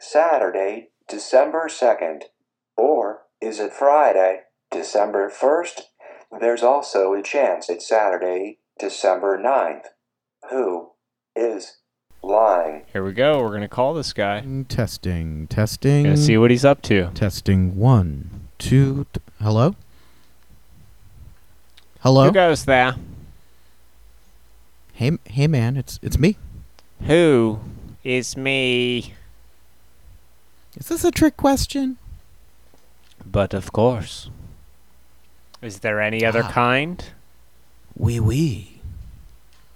Saturday, December 2nd? Or is it Friday, December 1st? There's also a chance it's Saturday, December 9th. Who is lying? Here we go. We're gonna call this guy. Testing, testing. Gonna see what he's up to. Testing one, two. Th- hello? Hello? Who goes there? hey, m- hey, man, it's it's me. Who is me? Is this a trick question? But of course. Is there any other Ah. kind? Wee wee.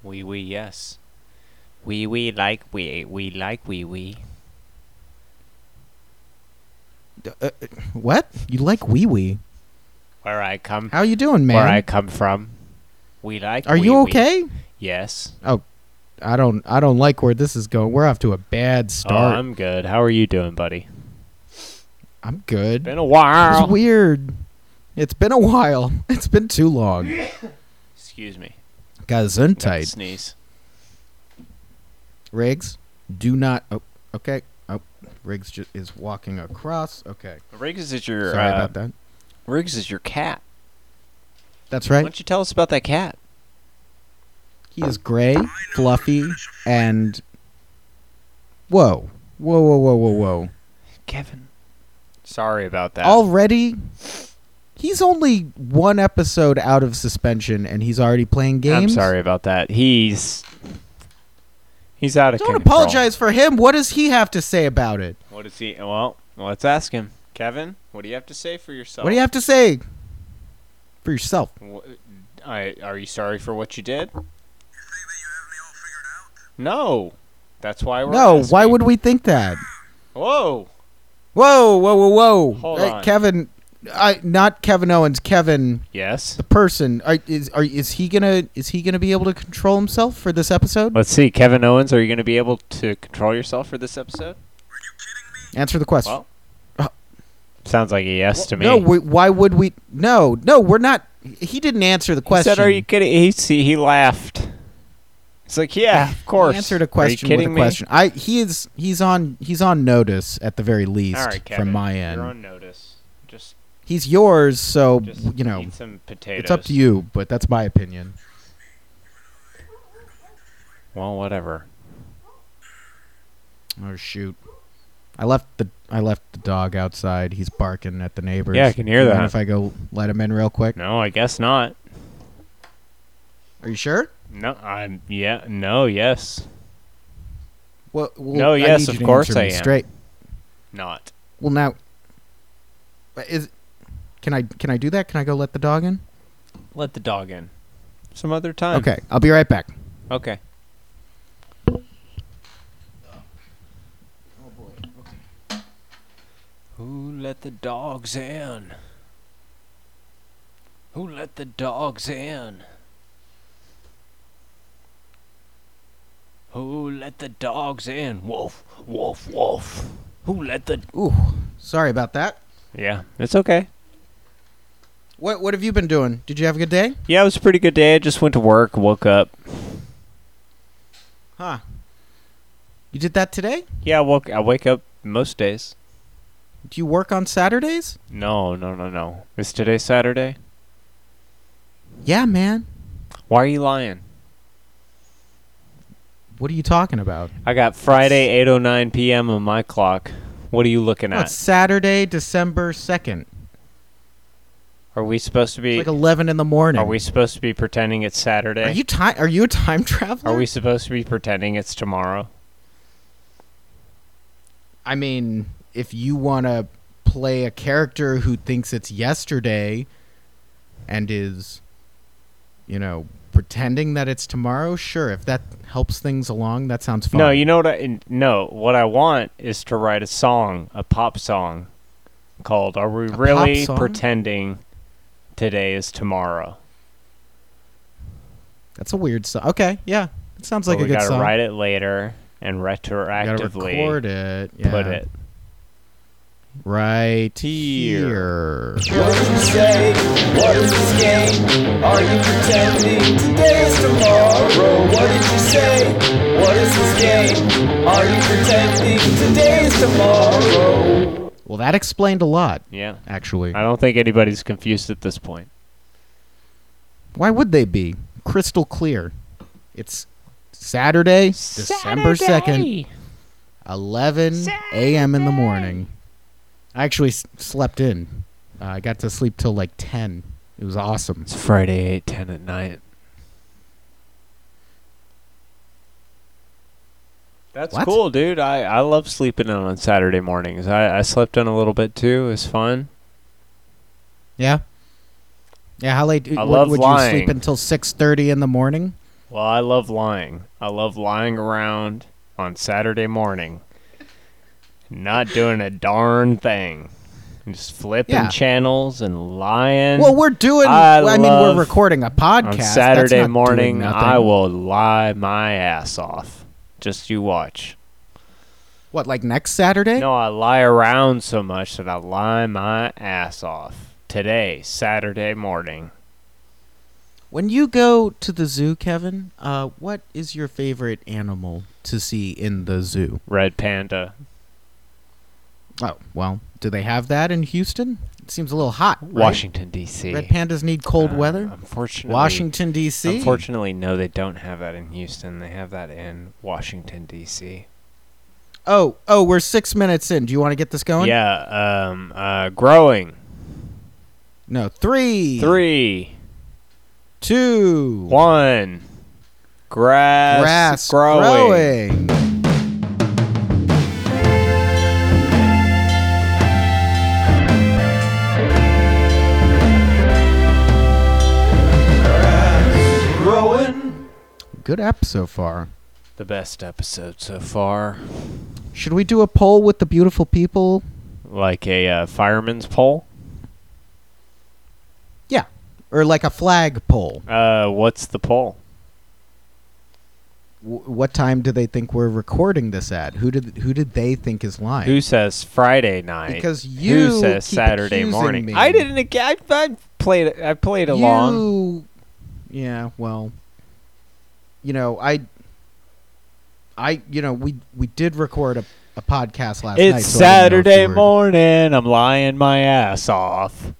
Wee wee, yes. Wee wee like wee we like wee wee. What? You like wee wee? Where I come How you doing, man? where I come from. We like Are you wee-wee. okay? Yes. I don't. I don't like where this is going. We're off to a bad Oh, start. I'm good. How are you doing, buddy? I'm good. Been a while. It's weird. It's been a while. It's been too long. Excuse me. Got to Gesundheit. Sneeze. Riggs, do not. Oh, okay. Oh, Riggs ju- is walking across. Okay. Riggs is your Sorry uh, about that. Riggs is your cat. That's Why right. don't you tell us about that cat? He is gray, fluffy, and. Whoa. Whoa, whoa, whoa, whoa, whoa. Kevin. Sorry about that. Already. He's only one episode out of suspension and he's already playing games. I'm sorry about that. He's he's out of Don't control. apologize for him. What does he have to say about it? What is he? Well, let's ask him. Kevin, what do you have to say for yourself? What do you have to say for yourself? Wh- I, uh, are you sorry for what you did? No, that's why we're. No, why asking. would we think that? Whoa, Whoa, whoa, whoa, whoa! Hold Hey, on. Kevin, I not Kevin Owens. Kevin, yes. the person, are, is are, is he gonna is he gonna be able to control himself for this episode? Let's see, Kevin Owens, are you going to be able to control yourself for this episode? Answer the question. Well, Uh, sounds like a yes to me. No, we, why would we? No, no, we're not. He didn't answer the he question. said, "Are you kidding?" He see, he laughed. It's like, yeah, of course. He answered Are you a question with kidding a me? question. I he is he's on he's on notice at the very least All right, Kevin, from my end. You're on notice. Just, he's yours, so just you know eat some potatoes. it's up to you. But that's my opinion. Well, whatever. Oh shoot! I left the I left the dog outside. He's barking at the neighbors. Yeah, I can hear You mind that. If I go let him in real quick. No, I guess not. Are you sure? No, I'm. Yeah, no, yes, Well, well No, I yes, need you of to course answer me I am. Straight. not. Well, now is can I can I do that? Can I go let the dog in? Let the dog in. Some other time. Okay, I'll be right back. Okay. Oh boy. Okay. Who let the dogs in? Who let the dogs in? Who let the dogs in? Wolf, wolf, wolf. Who let the. Ooh, sorry about that. Yeah, it's okay. What what have you been doing? Did you have a good day? Yeah, it was a pretty good day. I just went to work, woke up. Huh? You did that today? Yeah, I, woke, I wake up most days. Do you work on Saturdays? No, no, no, no. Is today Saturday? Yeah, man. Why are you lying? What are you talking about? I got Friday 8:09 p.m. on my clock. What are you looking No, it's at? Saturday, December second. Are we supposed to be It's like eleven in the morning. Are we supposed to be pretending it's Saturday? Are you time? Are you a time traveler? Are we supposed to be pretending it's tomorrow? I mean, if you want to play a character who thinks it's yesterday, and is, you know, pretending that it's tomorrow, sure. If that helps things along, that sounds fun. No, you know what I n- no, what I want is to write a song, a pop song called Are We pop Really song? Pretending Today is Tomorrow? That's a weird song. Okay, yeah, it sounds like but a we good gotta song. write it later and You gotta retroactively record it. Yeah. put it. right Here. here. What do you say? What is this game? Are you pretending today is tomorrow? What did you say? What is this game? Are you pretending today is tomorrow. Well, that explained a lot, Yeah. actually. I don't think anybody's confused at this point. Why would they be? Crystal clear. It's Saturday, December 2nd, 11 a.m. in the morning. I actually s- slept in. Uh, I got to sleep till like 10. It was awesome. It's Friday eight ten at night. That's What? cool, dude. I, I love sleeping in on Saturday mornings. I, I slept in a little bit too. It's fun. Yeah. Yeah, how late I would, love would you lying. sleep until 6:30 in the morning? Well, I love lying. I love lying around on Saturday morning, not doing a darn thing, And just flipping Yeah. channels and lying. Well, we're doing I I, mean, we're love- recording a podcast on That's Saturday not doing morning, nothing. I will lie my ass off. Just you watch. What, like next Saturday? No, I lie around so much that I lie my ass off. Today, Saturday morning. When you go to the zoo, Kevin, uh, what is your favorite animal to see in the zoo? Red Panda. Oh, well, do they have that in Houston? It seems a little hot. right? Washington, D.C. Red pandas need cold Uh, weather. Unfortunately. Washington D.C. Unfortunately, no, they don't have that in Houston. They have that in Washington, D.C. Oh, oh, we're six minutes in. Do you want to get this going? Yeah, um, uh, growing. No, three, Three, two, one. Grass, grass growing. growing. Growing. Good app so far. The best episode so far. Should we do a poll with the beautiful people? Like a uh, fireman's pole. Yeah, or like a flag poll. Uh, what's the pole? W- what time do they think we're recording this at? Who did who did they think is lying? Who says Friday night? Because Who you says keep Saturday accusing morning? me. I didn't. ac- I, I played. I played along. You, yeah, well, you know, I, I, you know, we we did record a, a podcast last night. It's so I didn't know if you Saturday were- morning. I'm lying my ass off.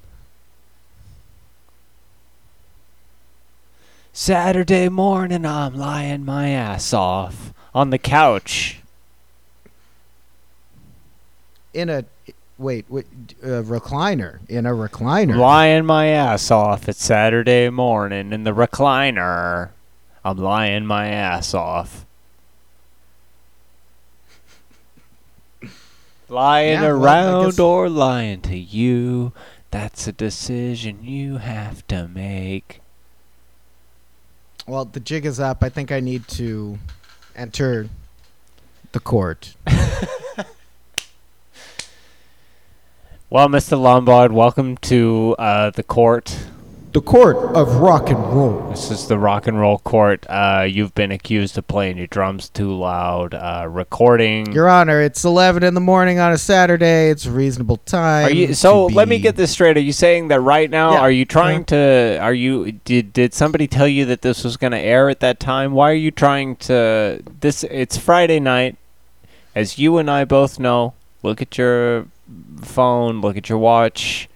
Saturday morning, I'm lying my ass off on the couch. in a wait, wait uh, recliner in a recliner. Lying my ass off. It's Saturday morning in the recliner. I'm lying my ass off. Lying Yeah, well, I around guess- or lying to you, that's a decision you have to make. Well, the jig is up. I think I need to enter the court. Well, Mr. Lombard, welcome to uh, the court. The court of rock and roll. This is the rock and roll court. Uh, you've been accused of playing your drums too loud, uh, recording. Your Honor, it's eleven in the morning on a Saturday. It's a reasonable time. Are you to so? Let me be- get this straight. Are you saying that right now? Yeah, Are you trying to? Are you did did somebody tell you that this was going to air at that time? Why are you trying to? This it's Friday night, as you and I both know. Look at your phone. Look at your watch.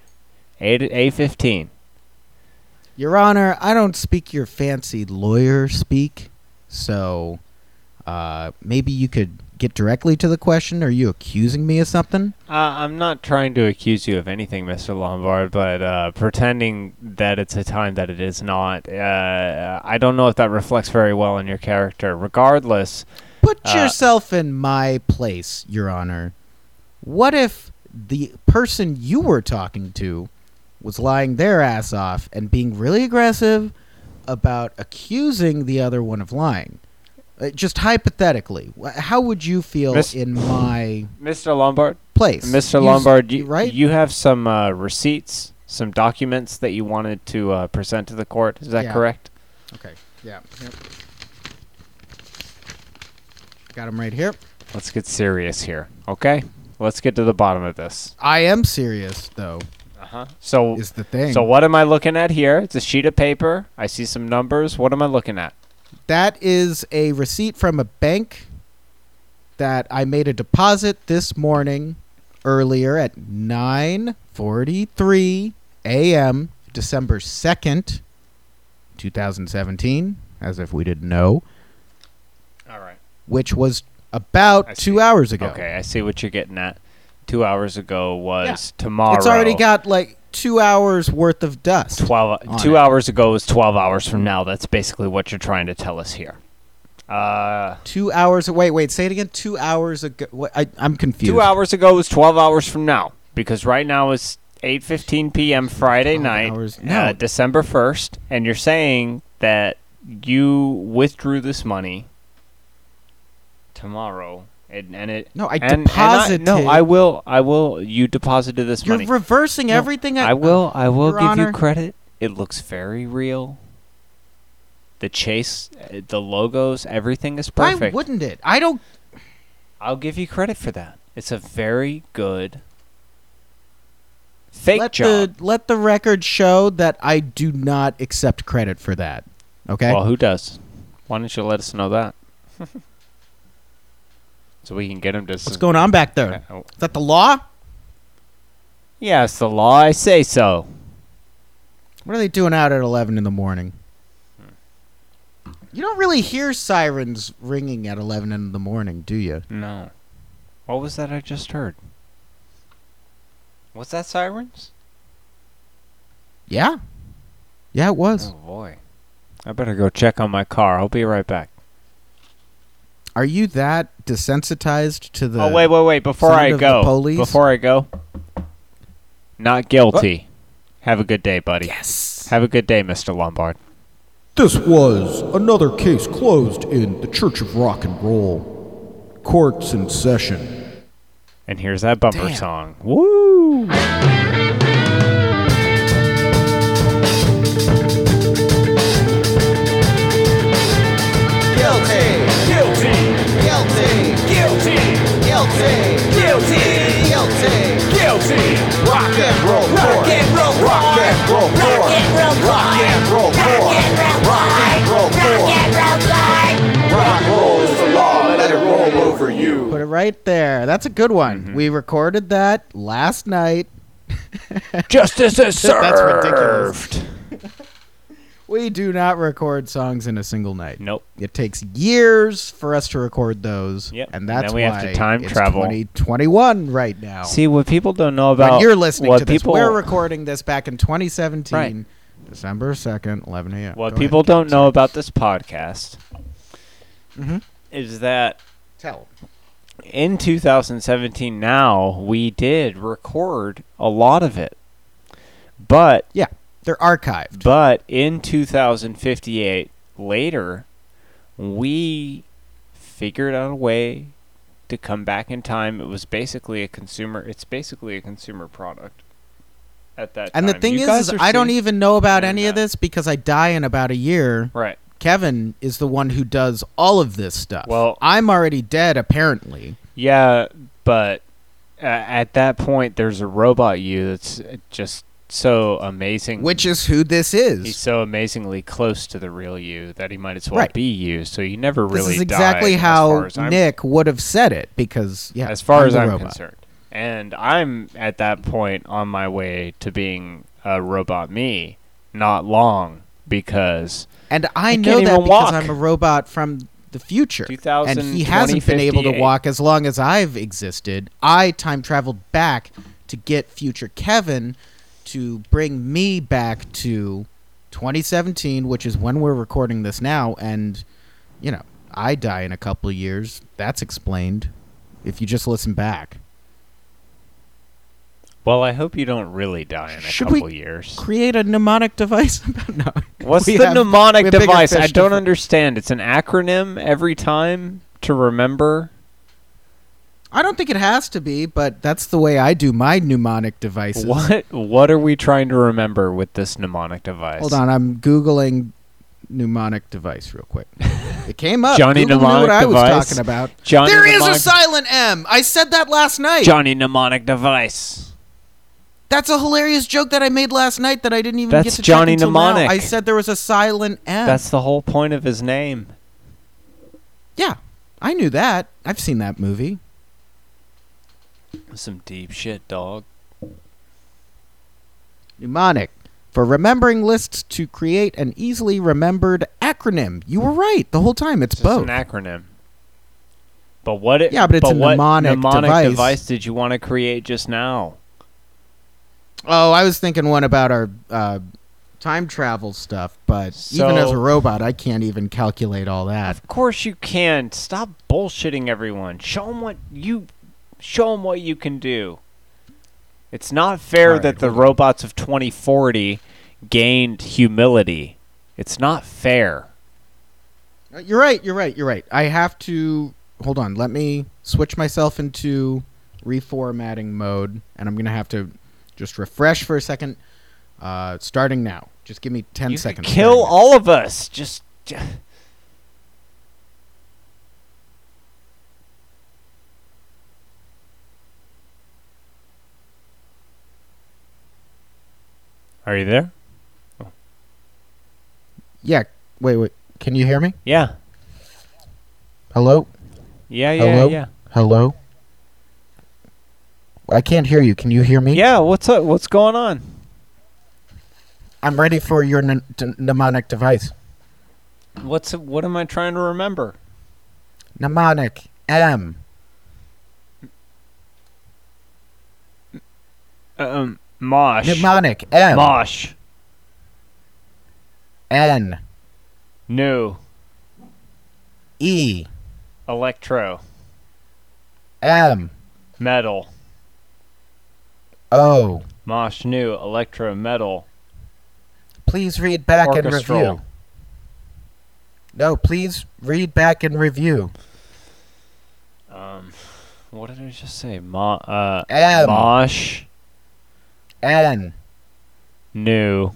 Eight eight fifteen. Your Honor, I don't speak your fancy lawyer speak, so uh, maybe you could get directly to the question. Are you accusing me of something? Uh, I'm not trying to accuse you of anything, Mr. Lombard, but uh, pretending that it's a time that it is not, uh, I don't know if that reflects very well on your character. Regardless, Put Uh, yourself in my place, Your Honor. What if the person you were talking to was lying their ass off and being really aggressive about accusing the other one of lying? Uh, just hypothetically, wh- how would you feel Miss- in my Mr. Lombard, place? Mr. You s- Lombard, you, right? you have some uh, receipts, some documents that you wanted to uh, present to the court. Is that Yeah. correct? Okay. Yeah. Yep. Got him right here. Let's get serious here, okay? Let's get to the bottom of this. I am serious though. Uh-huh. So, Is the thing. so what am I looking at here? It's a sheet of paper. I see some numbers. What am I looking at? that is a receipt from a bank that I made a deposit this morning earlier at 9:43 a.m. December 2nd, 2017, as if we didn't know, All right. which was about I 2 see. hours ago. Okay, I see what you're getting at. Two hours ago was tomorrow. It's already got like 2 hours worth of dust. twelve. on Two it. hours ago was twelve hours from now. That's basically what you're trying to tell us here. Uh, 2 hours wait, wait, say it again. 2 hours ago. What, I I'm confused. two hours ago was twelve hours from now because right now it's eight fifteen p.m. Friday 12 night, hours- uh, no. December first, and you're saying that you withdrew this money tomorrow, and, and it. No, I and, and deposited. no, I will. I will. You deposited this You're money. reversing No, everything. I will. I will Your give Honor. you credit. It looks very real. The chase, uh, the logos, everything is Why perfect. wouldn't it? I don't. I'll give you credit for that. It's a very good fake let job. the let the record show that I do not accept credit for that. Okay. Well, who does? Why don't you let us know that? so we can get him to. Uh, What's going on back there? Is that the law? Yeah, it's the law. I say so. What are they doing out at eleven in the morning? You don't really hear sirens ringing at eleven in the morning, do you? No. What was that I just heard? Was that sirens? Yeah. Yeah, it was. Oh boy. I better go check on my car. I'll be right back. Are you that desensitized to the? oh wait, wait, wait! Before sound I of the go, police? before I go, not guilty. Have a good day, buddy. Yes. Have a good day, Mister Lombard. This was another case closed in the Church of Rock and Roll. Courts in session. And here's that bumper Damn. song. Woo! Guilty. Guilty. Guilty. Guilty. Guilty. Guilty. Guilty. Guilty. Rock and roll. Rock and roll. Rock and roll. Rock and roll. Rock and roll. Rock and roll. Rock and roll. Rock and roll is the law. Let it roll over you. Put it right there. That's a good one. Mm-hmm. We recorded that last night. Justice is served. That's ridiculous. We do not record songs in a single night. Nope. It takes years for us to record those. Yep. And And that's then we why have to time it's travel. 2021 right now. See what people don't know about when you're listening what to this, people we're recording this back in 2017, Right. December 2nd, 11 a.m. what Go people ahead, don't know about this podcast Mm-hmm. is that tell. in 2017 now we did record a lot of it but Yeah, they're archived. but in 2058 later we figured out a way to come back in time it was basically a consumer it's basically a consumer product at that And the time. thing You is, guys is are I don't seeing- even know about Yeah, any of no. this because I die in about a year. right Kevin is the one who does all of this stuff. Well- I'm already dead, apparently. Yeah, but uh, at that point, there's a robot you that's just so amazing. Which is who this is. he's so amazingly close to the real you that he might as well Right. be you. So you never really. this is exactly died, how as far as Nick would have said it because yeah, I'm, as far as the I'm robot. concerned, and I'm at that point on my way to being a robot me. Not long because And I, I know can't that even because walk. I'm a robot from the future, 2000, and he hasn't been able to 2058. walk as long as I've existed. I time traveled back to get future Kevin to bring me back to 2017, which is when we're recording this now, and you know I die in a couple of years. That's explained if you just listen back. well, I hope you don't really die in a Should we couple years. Create a mnemonic device. no. What's We the have- we mnemonic have bigger device? I fish to don't fry. understand. It's an acronym every time to remember. I don't think it has to be, but that's the way I do my mnemonic devices. What what are we trying to remember with this mnemonic device? Hold on, I'm googling mnemonic device real quick. It came up. Johnny Google knew what mnemonic I device. was talking about. Johnny there is mnemonic, a silent M. I said that last night. Johnny mnemonic device. That's a hilarious joke that I made last night that I didn't even get That's to check Johnny until now. mnemonic. I said there was a silent M. That's the whole point of his name. yeah. I knew that. I've seen that movie. Some deep shit, dog. Mnemonic. For remembering lists to create an easily remembered acronym. You were right the whole time. It's It's both. an acronym. But what? It, Yeah, but it's a what mnemonic device. device. Did you want to create just now? oh, I was thinking one about our uh, time travel stuff, but even as So- a robot, I can't even calculate all that. Of course you can. Stop bullshitting everyone. Show them what you show 'em what you can do. It's not fair All right, that the hold robots of 2040 gained humility. It's not fair. Uh, You're right. You're right. You're right. I have to hold on. Let me switch myself into reformatting mode, and I'm gonna have to just refresh for a second. Uh, starting now. Just give me ten you could seconds. kill starting now. all of us. Just j- Are you there? Yeah. Wait. Wait. Can you hear me? Yeah. Hello. Yeah, yeah, Hello? yeah. Hello. I can't hear you. Can you hear me? Yeah, what's up? What's going on? I'm ready for your n- mnemonic device. What's what am I trying to remember? Mnemonic M. Um, mosh. Mnemonic M. mosh. N. New. E. Electro. M. Metal. O. Mosh. New. Electro. Metal. Please read back Orchestral. and review. No, please read back and review. Um, what did I just say? Mo- uh, M. mosh. N. New.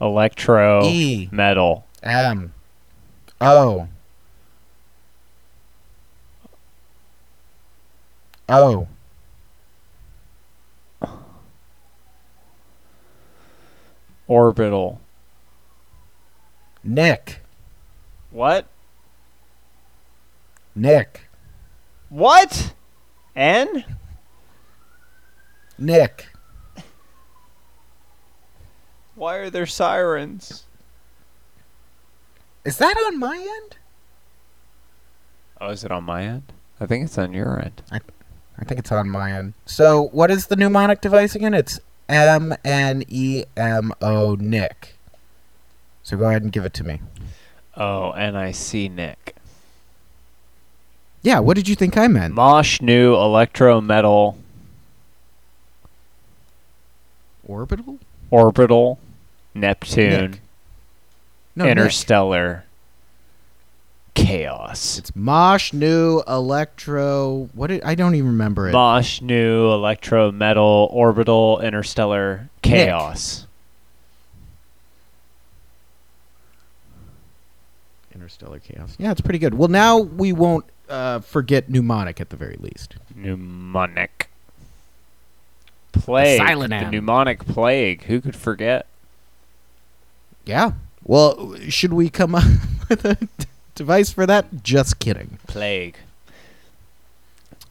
Electro. E. Metal. M. O. O. Orbital. Nick. What? Nick. What? N? Nick. Why are there sirens? Is that on my end? Oh, is it on my end? I think it's on your end. I think it's on my end. So, what is the mnemonic device again? It's M N E M O Nick. So go ahead and give it to me. Oh, and I see Nick. Yeah, what did you think I meant? Mosh. New. Electro. Metal. Orbital? Orbital. Neptune. Nick. No, Nick. Interstellar. Chaos. It's Mosh New Electro. What did, I don't even remember it. Bosch, new, electro, metal, orbital, interstellar, chaos. Interstellar Chaos. Yeah, it's pretty good. Well, now we won't uh, forget mnemonic at the very least. Mnemonic. Plague. The silent the M. mnemonic plague. Who could forget? Yeah. Well, should we come up with a d- device for that? Just kidding. Plague.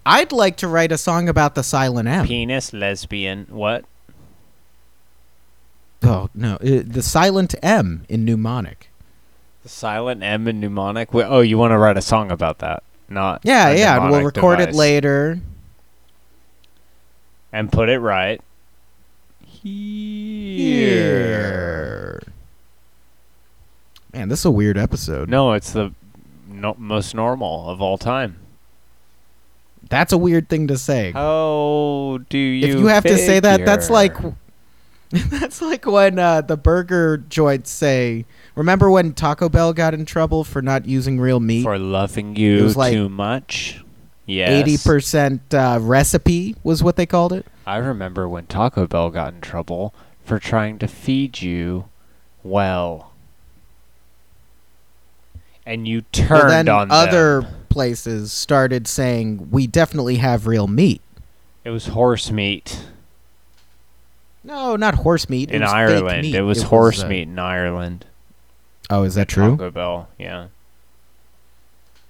I'd like to write a song about the silent M. Penis, lesbian, what? oh no, uh, the silent M in mnemonic. The silent M in mnemonic. Wh- Oh, you want to write a song about that? Not Yeah, a yeah. and We'll mnemonic record it device. later. and put it right. Here. Man, this is a weird episode. No, it's the no- most normal of all time. That's a weird thing to say. How do you? if you have to say that, that's figure? like that's like when uh, the burger joints say. Remember when Taco Bell got in trouble for not using real meat? for loving you was like too much. Yes, Eighty percent uh, recipe was what they called it. I remember when Taco Bell got in trouble for trying to feed you well, and you turned well, then on them. other places started saying we definitely have real meat. It was horse meat No, not horse meat. it in was fake Ireland. meat. It was horse uh, meat in Ireland. Oh, is that true? Taco Bell, yeah.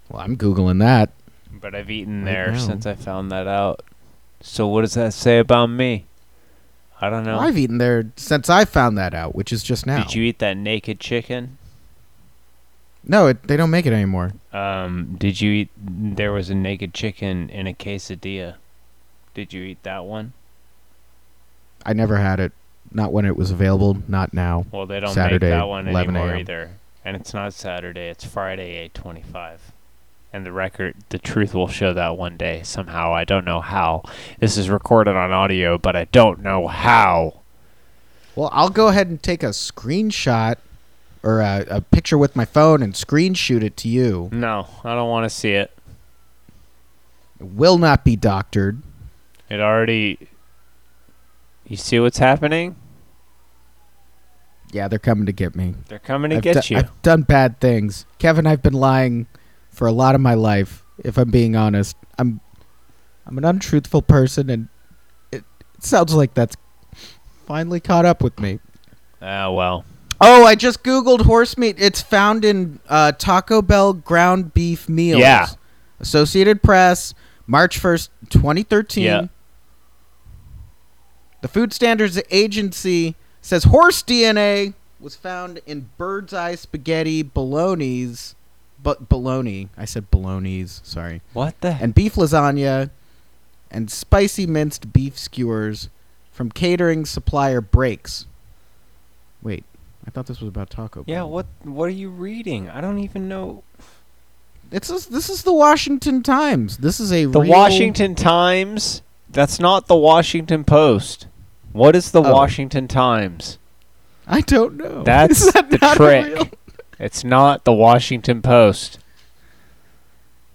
Well, I'm googling that. but I've eaten there now. since I found that out. So what does that say about me? I don't know. I've eaten there since I found that out, which is just now. Did you eat that naked chicken? No, it, they don't make it anymore. Um, did you eat? There was a naked chicken in a quesadilla. Did you eat that one? I never had it. Not when it was available. Not now. Well, they don't Saturday, make that one 11 anymore a.m.. either. And it's not Saturday; it's Friday, eight twenty-five. And the record, the truth will show that one day somehow. I don't know how. This is recorded on audio, but I don't know how. Well, I'll go ahead and take a screenshot or a, a picture with my phone and screen shoot it to you. No, I don't want to see it. It will not be doctored. It already. You see what's happening? Yeah, they're coming to get me. They're coming to I've get do- you. I've done bad things. Kevin, I've been lying for a lot of my life, if I'm being honest. I'm I'm an untruthful person and it, it sounds like that's finally caught up with me. Ah, well. Oh, I just googled horse meat. It's found in uh, Taco Bell ground beef meals. Yeah. Associated Press, March first, twenty thirteen. Yeah. The Food Standards Agency says horse DNA was found in bird's eye spaghetti bolognese, but bologna. I said bolognese. Sorry What the? and beef lasagna and spicy minced beef skewers from catering supplier Breaks. Wait, I thought this was about Taco Bell. yeah. What? What are you reading? I don't even know. It's this, this is the Washington Times. This is a The real- Washington Times. That's not the Washington Post. What is the Oh. Washington Times? I don't know. That's Is that the not a trick. real- It's not the Washington Post.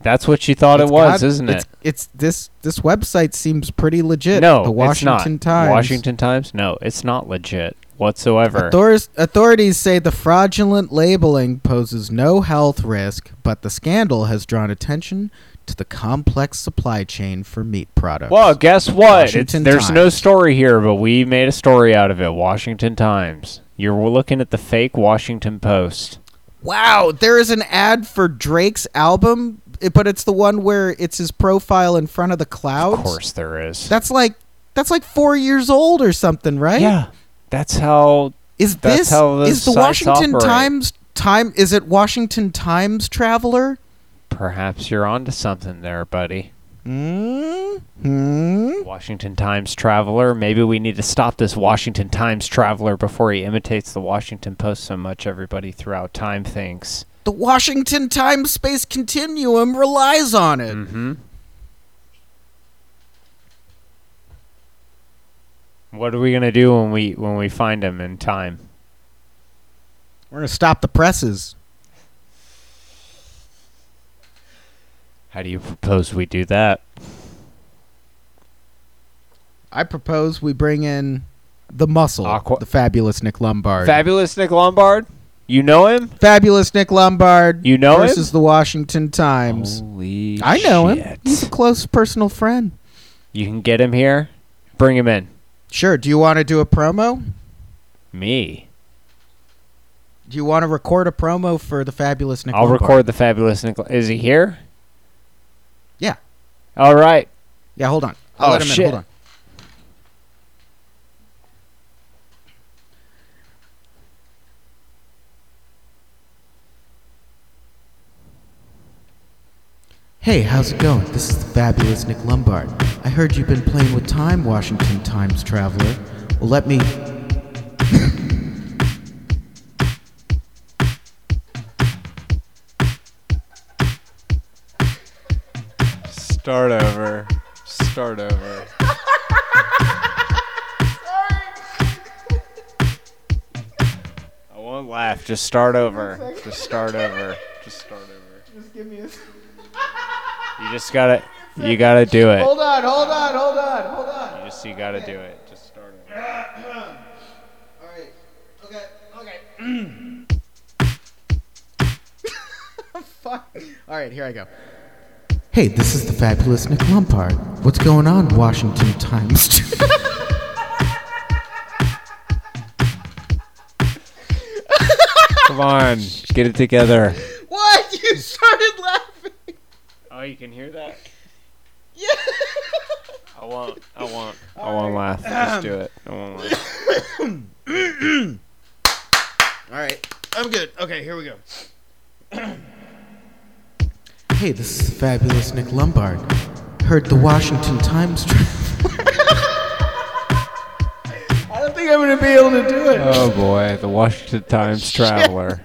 That's what you thought It's it was, got- isn't it's, it? It's this this website seems pretty legit. no, the Washington it's not. Times. Washington Times. No, it's not legit whatsoever. Authorities, authorities say the fraudulent labeling poses no health risk, but the scandal has drawn attention to the complex supply chain for meat products. Well, guess what? It's, Washington there's no Times. story here, but we made a story out of it. Washington Times. You're looking at the fake Washington Post. Wow, there is an ad for Drake's album, i- but it's the one where it's his profile in front of the clouds. Of course, there is. That's like that's like 4 years old or something, right? yeah, that's how. Is That's this how those is the sites Washington operate. Times time is it Washington Times Traveler? Perhaps you're onto something there, buddy. Mm. Hmm. Washington Times traveler. Maybe we need to stop this Washington Times traveler before he imitates the Washington Post so much. Everybody throughout time thinks. The Washington time space continuum relies on it. Mm-hmm. What are we gonna do when we when we find him in time? We're going to stop the presses. How do you propose we do that? I propose we bring in the muscle, Aqua- the fabulous Nick Lombard. Fabulous Nick Lombard. You know him? fabulous Nick Lombard You know him? versus the Washington Times. Holy I know him. shit. He's a close personal friend. You can get him here. Bring him in. Sure. Do you want to do a promo? Me. Do you want to record a promo for the fabulous Nick I'll Lombard? record the fabulous Nick. Is he here? Yeah. All right. Yeah, hold on. I'll Oh, let him shit. in. Hold on. Hey, how's it going? This is the fabulous Nick Lombard. I heard you've been playing with time, Washington Times Traveler. Well, let me. Start over. Start over. I won't laugh. Just start over. Just start over. Just start over. You just gotta. You gotta do it. Hold on, hold on, hold on, hold on. You just you gotta do it. Just start over. Alright. Okay, okay. Fuck. Alright, here I go. Hey, this is the fabulous Nick Lombard. What's going on, Washington Times? Come on, get it together. what? You started laughing. Oh, you can hear that? Yeah. I won't. I won't. I won't laugh. Just do it. I won't laugh. All right. I'm good. Okay, here we go. Hey, this is the fabulous Nick Lombard. Heard the Washington Times. I don't think I'm gonna be able to do it. Oh boy, the Washington Times Traveler.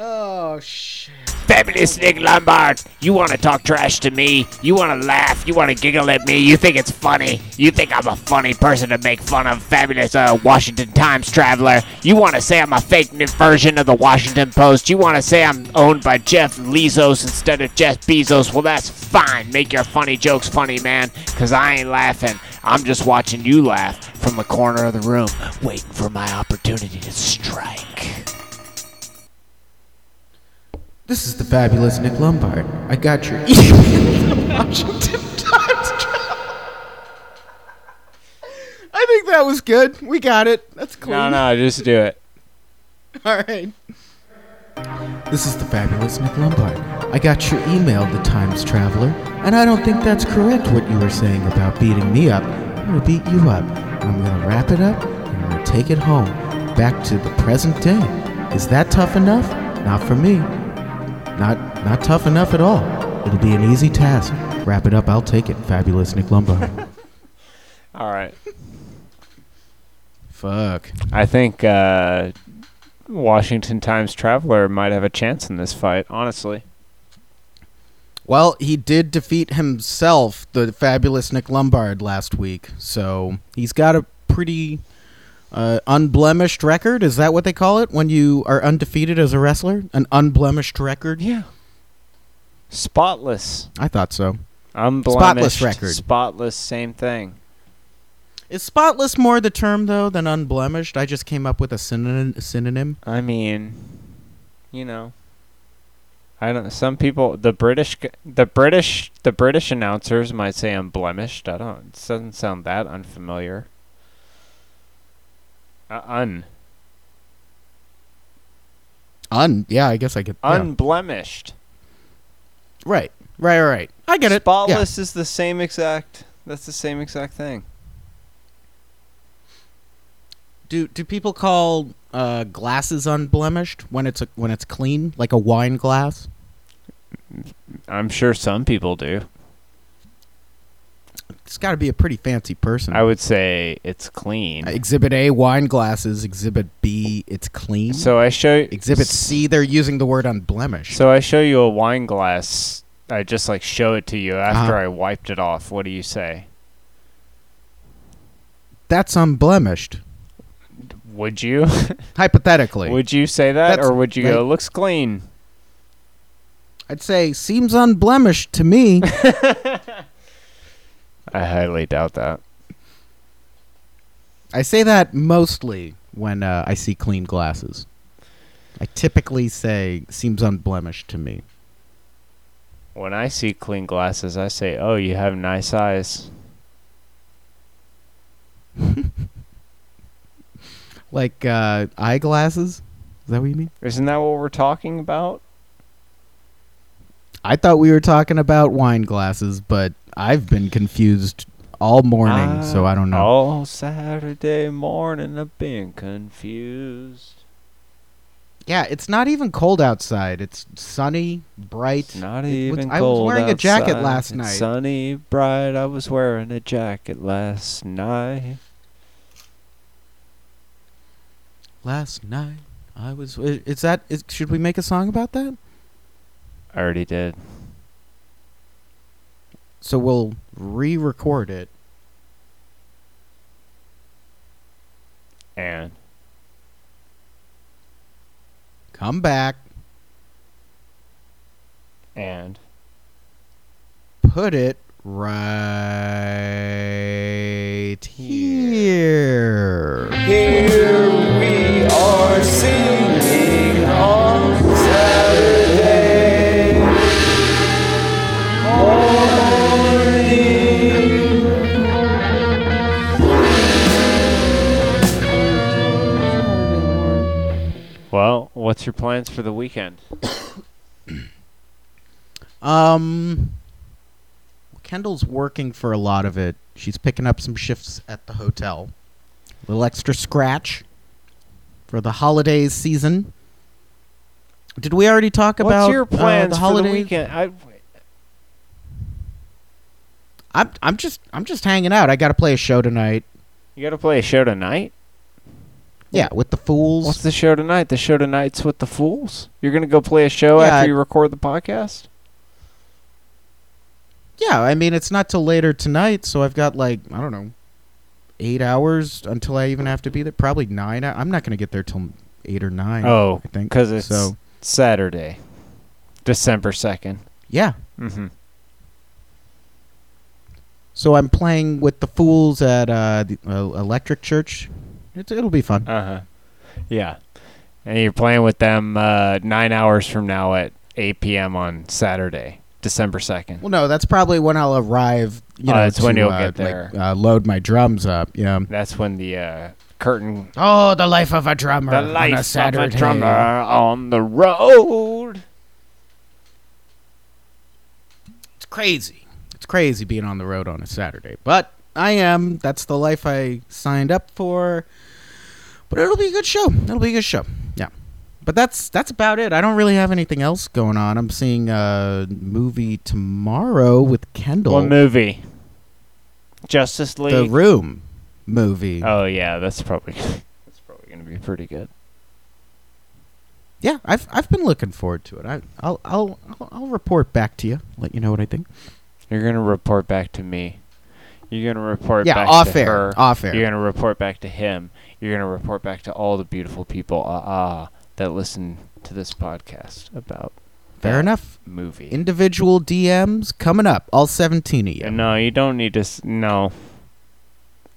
Oh shit. Fabulous Nick Lombard, you want to talk trash to me? You want to laugh? You want to giggle at me? You think it's funny? You think I'm a funny person to make fun of? Fabulous uh, Washington Times Traveler, you want to say I'm a fake new version of the Washington Post? You want to say I'm owned by Jeff Lezos instead of Jeff Bezos? Well, that's fine. Make your funny jokes funny, man, because I ain't laughing. I'm just watching you laugh from the corner of the room, waiting for my opportunity to strike. This is the fabulous Nick Lombard. I got your email from Washington Times. I think that was good. We got it. That's clean. no, just do it. All right. This is the fabulous Nick Lombard. I got your email, The Times Traveler, and I don't think that's correct what you were saying about beating me up. I'm gonna beat you up. I'm gonna wrap it up and I'm gonna take it home. Back to the present day. Is that tough enough? Not for me. Not not tough enough at all. It'll be an easy task. Wrap it up, I'll take it, fabulous Nick Lombard. All right. Fuck. I think uh, Washington Times Traveler might have a chance in this fight, honestly. Well, he did defeat himself, the fabulous Nick Lombard, last week. So he's got a pretty uh, unblemished record. Is that what they call it when you are undefeated as a wrestler? An unblemished record? Yeah. Spotless. I thought so. Unblemished. Spotless record. Spotless, same thing. Is spotless more the term, though, than unblemished? I just came up with a synonym. synonym. I mean, you know. I don't some people the British g- the British the British announcers might say unblemished. I don't it doesn't sound that unfamiliar. Uh, un Un. Yeah, I guess I could. yeah. unblemished. Right. Right, right, right. I get it. Yeah. Spotless is the same exact that's the same exact thing. Do do people call uh, glasses unblemished when it's a, when it's clean, like a wine glass? I'm sure some people do. It's got to be a pretty fancy person. Uh, I would say it's clean. exhibit A, wine glasses. Exhibit B, it's clean. so I show exhibit C, they're using the word unblemished. So I show you a wine glass. I just like show it to you Uh-huh. after I wiped it off. What do you say? That's unblemished, Would you? hypothetically. would you say that, That's- or would you go? like- Looks clean. I'd say seems unblemished to me. I highly doubt that. I say that mostly when uh, I see clean glasses. I typically say seems unblemished to me. When I see clean glasses, I say, "Oh, you have nice eyes." Like uh, eyeglasses? Is that what you mean? Isn't that what we're talking about? I thought we were talking about wine glasses, but I've been confused all morning, so I don't know. All Saturday morning, I've been confused. Yeah, it's not even cold outside. It's sunny, bright. Not It was- even I was cold wearing a jacket outside. last It's night. Sunny, bright. I was wearing a jacket last night. Last night I was. i- Is that? Is, should we make a song about that? I already did. So we'll re-record it. And Come back, and put it right here. well, what What's your plans for the weekend? Um, Kendall's working for a lot of it. She's picking up some shifts at the hotel. A little extra scratch for the holidays season. Did we already talk about What's your uh, plans the for holidays? the weekend? I, I'm I'm just I'm just hanging out. I got to play a show tonight. you got to play a show tonight. Yeah, with the fools. What's the show tonight? The show tonight's with the fools. You're gonna go play a show Yeah, I- after you record the podcast. yeah, I mean it's not till later tonight, so I've got like I don't know, eight hours until I even have to be there. Probably nine. hou- I'm not gonna get there till eight or nine. Oh, I think because it's so. Saturday, December second. Yeah, Mm-hmm. So I'm playing with the fools at uh, the uh, Electric Church. It's, it'll be fun. Uh huh. Yeah, and you're playing with them uh, nine hours from now at 8 p.m. on Saturday, December second. Well, no, that's probably when I'll arrive. You Oh, know, that's when to, you'll uh, get there. Like, uh, load my drums up. Yeah. That's when the uh, curtain. Oh, the life of a drummer. The on a life of Saturday. a drummer on the road. It's crazy. It's crazy being on the road on a Saturday, but I am. That's the life I signed up for. But it'll be a good show. It'll be a good show. Yeah. But that's that's about it. I don't really have anything else going on. I'm seeing a movie tomorrow with Kendall. What movie? Justice the League. Room movie. oh yeah, that's probably that's probably gonna be pretty good. Yeah, I've I've been looking forward to it. I, I'll I'll I'll- I'll report back to you. Let you know what I think. You're gonna report back to me. You're gonna report yeah, back off to air, her. off air. You're gonna report back to him. You're gonna report back to all the beautiful people uh, uh, that listen to this podcast about Fair that enough. movie. Individual DMs coming up. All seventeen of you. No, you don't need to. S- no,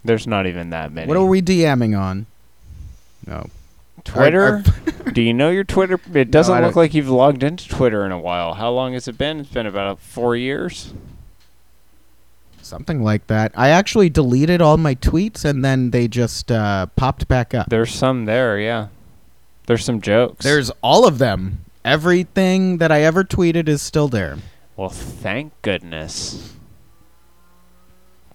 there's not even that many. What are we DMing on? No. Twitter? I- Do you know your Twitter? It doesn't I look don't- like you've logged into Twitter in a while. How long has it been? It's been about four years. Something like that. I actually deleted all my tweets and then they just uh, popped back up. There's some there, yeah. There's some jokes. There's all of them. Everything that I ever tweeted is still there. well, thank goodness.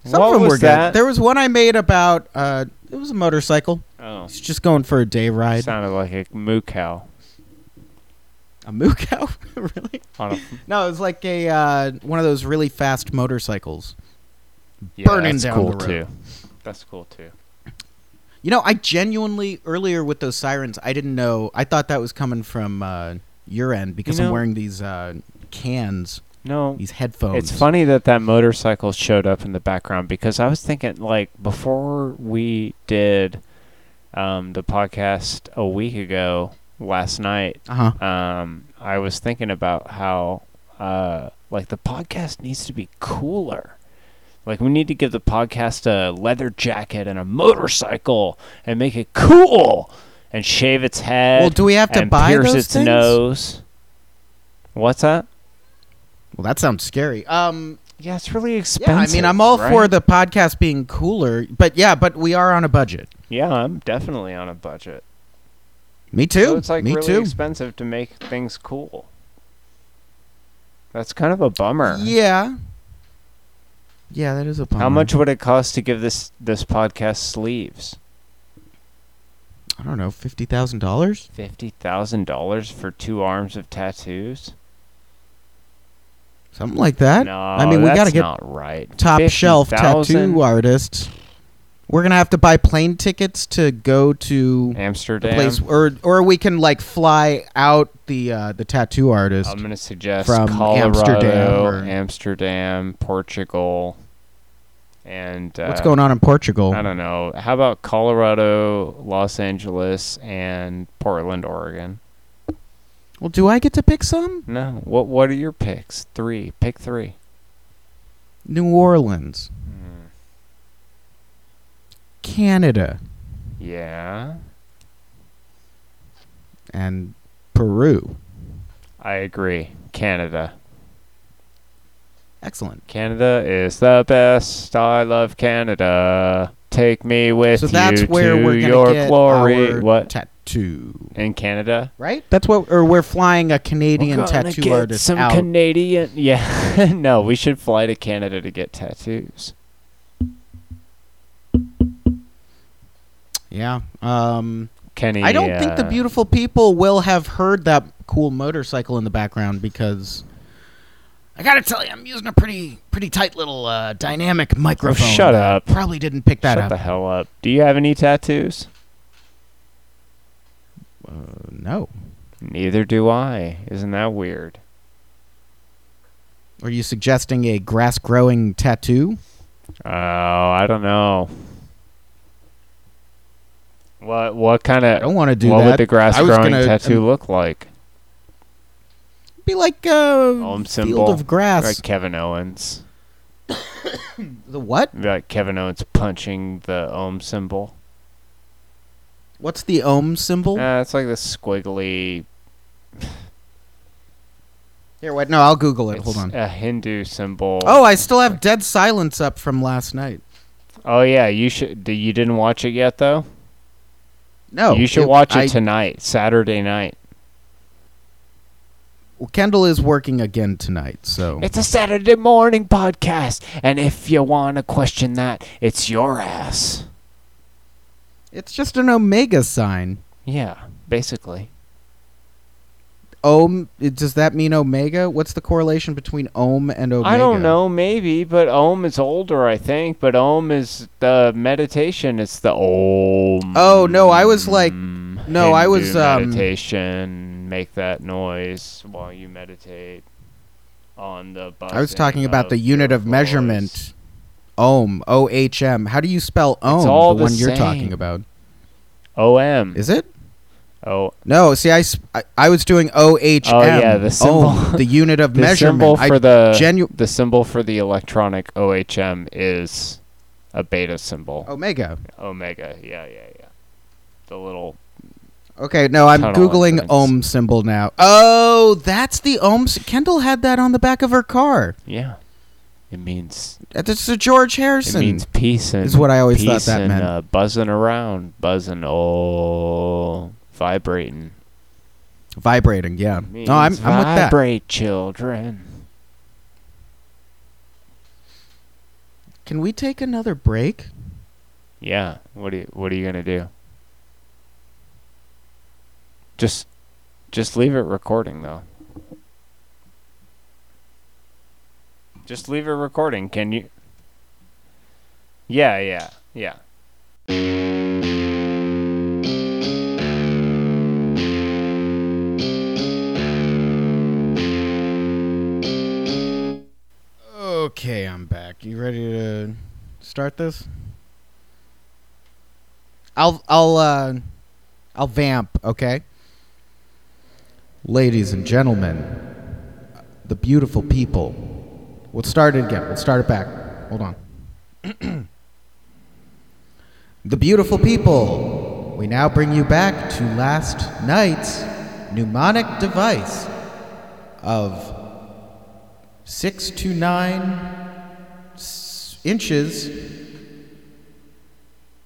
Some what of them was were that? good. There was one I made about uh, it was a motorcycle. oh, It's just going for a day ride. sounded like a moo cow A moo cow? really? on a No, it was like a uh, one of those really fast motorcycles. Yeah, burning that's down cool the too. road. That's cool too. You know, I genuinely earlier with those sirens, I didn't know. I thought that was coming from uh, your end because know- I'm wearing these uh, cans, No, these headphones. it's funny that that motorcycle showed up in the background because I was thinking like before we did um, the podcast a week ago last night. Uh huh. Um, I was thinking about how uh, like the podcast needs to be cooler. Like we need to give the podcast a leather jacket and a motorcycle and make it cool and shave its head. Well, do we have to and buy pierce those its things? nose. What's that? Well, that sounds scary. Um, Yeah, it's really yeah, expensive. I mean, I'm all for right? the podcast being cooler, but yeah, but we are on a budget. Yeah, I'm definitely on a budget. Me too. So it's like Me really too. expensive to make things cool. That's kind of a bummer. Yeah. Yeah, that is a bummer. How much would it cost to give this this podcast sleeves? I don't know. Fifty thousand dollars. Fifty thousand dollars for two arms of tattoos? Something like that. no, I mean, we that's gotta get not right. top shelf 50,000? tattoo uh, artists. We're gonna have to buy plane tickets to go to the Amsterdam. place, or or we can like fly out the uh, the tattoo artist. I'm gonna suggest from Colorado, Amsterdam or- Amsterdam, Portugal, and uh, What's going on in Portugal? I don't know. How about Colorado, Los Angeles, and Portland, Oregon? Well, do I get to pick some? No. What What are your picks? Three. Pick three. New Orleans, Hmm. Canada, Yeah, and Peru. I agree. Canada. Excellent. Canada is the best. I love Canada. Take me with So that's you where to we're gonna your get glory. our what? tat- tattoo. in Canada. Right? That's what, or we're flying a Canadian We're gonna tattoo get artist some out. Canadian. Yeah, no, we should fly to Canada to get tattoos. yeah. Um, Kenny, I don't think the uh, beautiful people will have heard that cool motorcycle in the background because I gotta tell you, I'm using a pretty pretty tight little uh, dynamic Oh, microphone. shut up! Probably didn't pick that shut up. the hell up! Do you have any tattoos? No. Neither do I. Isn't that weird? Are you suggesting a grass growing tattoo? Oh, I don't know. What what kind I don't of want to do what that. would the grass I was growing gonna, tattoo um, look like? be like a Om field symbol. of grass. Like Kevin Owens. the what? Like Kevin Owens punching the Om symbol. What's the ohm symbol? Uh, it's like this squiggly. Here, wait. No, I'll Google it. it's Hold on. A Hindu symbol. Oh, I still have dead silence up from last night. Oh yeah, you should. d- You didn't watch it yet though. No, you should watch it Oh. I- tonight, Saturday night. Well, Kendall is working again tonight, so It's a Saturday morning podcast, and if you want to question that, it's your ass. it's just an omega sign. Yeah, basically. Om, it- does that mean omega? What's the correlation between om and omega? I don't know, maybe, but Om is older, I think. But Om is the meditation. It's the Om. Oh, no, I was like- Hmm. no, I was, Hindu um, meditation. Make that noise while you meditate on the. I was buzzing talking about the your unit of voice. measurement, ohm, o h m. How do you spell ohm? all the the one you're talking same. about. Om. Is it? oh, No, see, I, sp- I, I was doing O H M. Oh, yeah, the symbol- the unit of the measurement. symbol I for the genu- the symbol for the electronic OHM is a beta symbol. omega. Omega. Yeah, yeah, yeah. The little. Okay, no, I'm Tunnel googling entrance. ohm symbol now. Oh, that's the ohm. s- Kendall had that on the back of her car. Yeah. It means That's a George it Harrison. means peace and is what I always thought peace that and, meant. Uh, buzzing around, buzzing, oh, vibrating. Vibrating, yeah. Means No, I'm, I'm with that. Vibrate, children. Can we take another break? Yeah. What are you What are you gonna do? Just, just leave it recording though. Just leave it recording. Can you? Yeah, yeah, yeah. Okay, I'm back. You ready to start this? I'll I'll uh I'll vamp, okay? Ladies and gentlemen, the beautiful people. We'll start it again. We'll start it back. Hold on. the beautiful people. We now bring you back to last night's mnemonic device of six to nine s- inches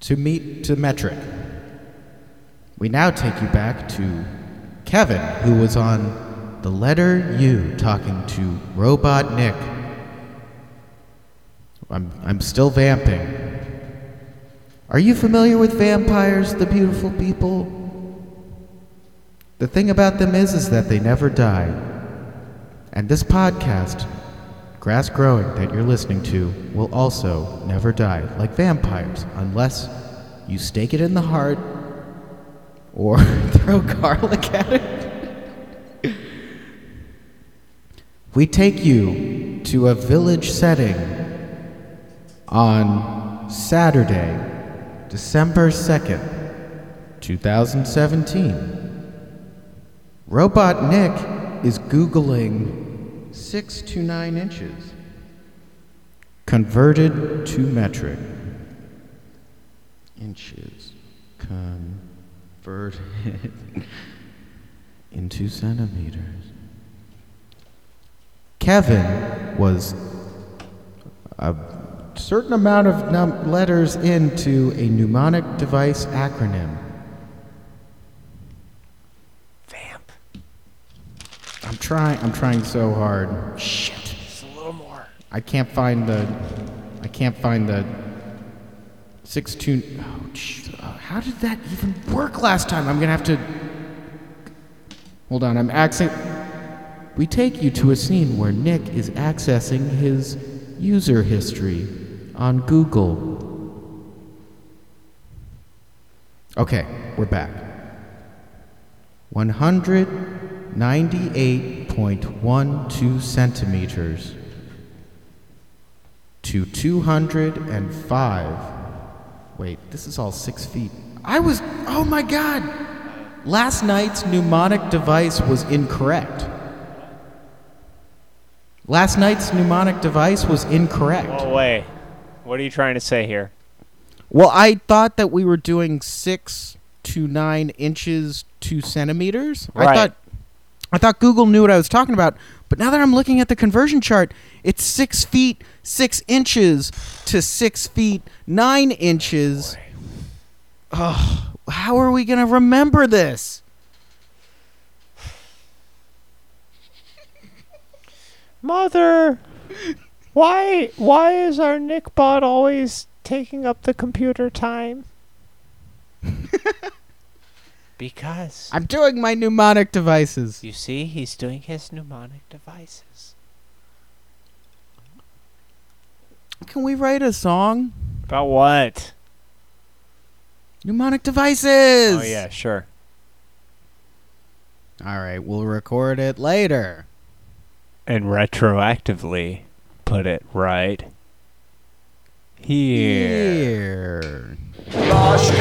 to meet to metric. We now take you back to Kevin, who was on the letter U talking to Robot Nick. I'm, I'm still vamping. Are you familiar with vampires, the beautiful people? The thing about them is, is that they never die. And this podcast, Grass Growing, that you're listening to, will also never die like vampires unless you stake it in the heart or throw garlic at it. we take you to a village setting on Saturday, December 2nd, 2017. Robot Nick is Googling six to nine inches. Converted to metric. Inches. Converted into centimeters. Kevin was a certain amount of num- letters into a mnemonic device acronym. trying. I'm trying so hard. Shit. Just a little more. I can't find the. I can't find the. Six two. Oh, sh- uh, how did that even work last time? I'm gonna have to. Hold on. I'm accessing. We take you to a scene where Nick is accessing his user history on Google. Okay, we're back. 198.12 centimeters to 205. Wait, this is all six feet. I was. Oh my god! Last night's mnemonic device was incorrect. Last night's mnemonic device was incorrect. Oh wait, what are you trying to say here? Well, I thought that we were doing six to nine inches to centimeters. I Right. thought I thought Google knew what I was talking about, but now that I'm looking at the conversion chart, it's six feet six inches to six feet nine inches. Oh, how are we gonna remember this? Mother, why why is our Nickbot always taking up the computer time? because I'm doing my mnemonic devices. you see, he's doing his mnemonic devices. Can we write a song? About what? Mnemonic devices. Oh yeah, sure. All right, we'll record it later. And retroactively put it right here. Here.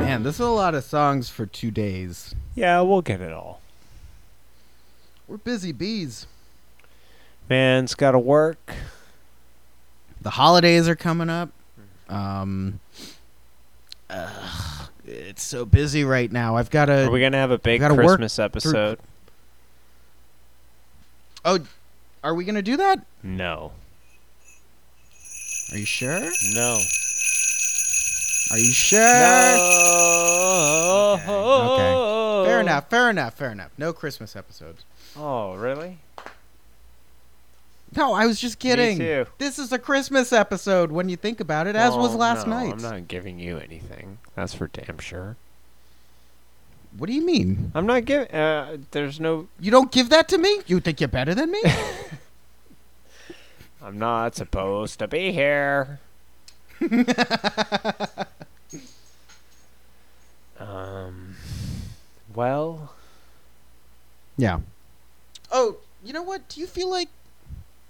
Man, this is a lot of songs for two days. Yeah, we'll get it all. We're busy bees. Man's gotta work. The holidays are coming up. Um, ugh, it's so busy right now. I've got Are to. we gonna have a big gotta work Christmas episode? oh, are we gonna do that? No. Are you sure? No. Are you sure? No. Okay, Fair enough. Fair enough. Fair enough. No Christmas episodes. Oh, really? No, I was just kidding. too. This is a Christmas episode when you think about it, as was Well, last Oh, no, night. I'm not giving you anything. That's for damn sure. What do you mean? I'm not giving. Uh, there's no. You don't give that to me? You think you're better than me? I'm not supposed to be here. um. Well, Yeah. Oh, you know what? Do you feel like?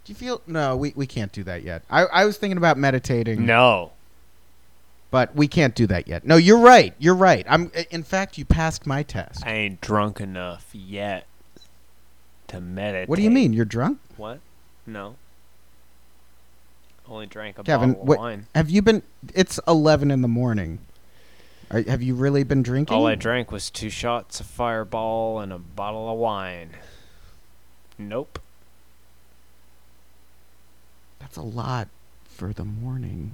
Do you feel? No, we, we can't do that yet. I, I was thinking about meditating, no. but we can't do that yet. No, you're right. You're right. I'm. In fact, you passed my test. I ain't drunk enough yet to meditate. What do you mean? You're drunk, What? No. Only drank a Kevin? bottle of What wine. have you been? It's eleven in the morning. Are, have you really been drinking? All I drank was two shots of Fireball and a bottle of wine. Nope. That's a lot for the morning,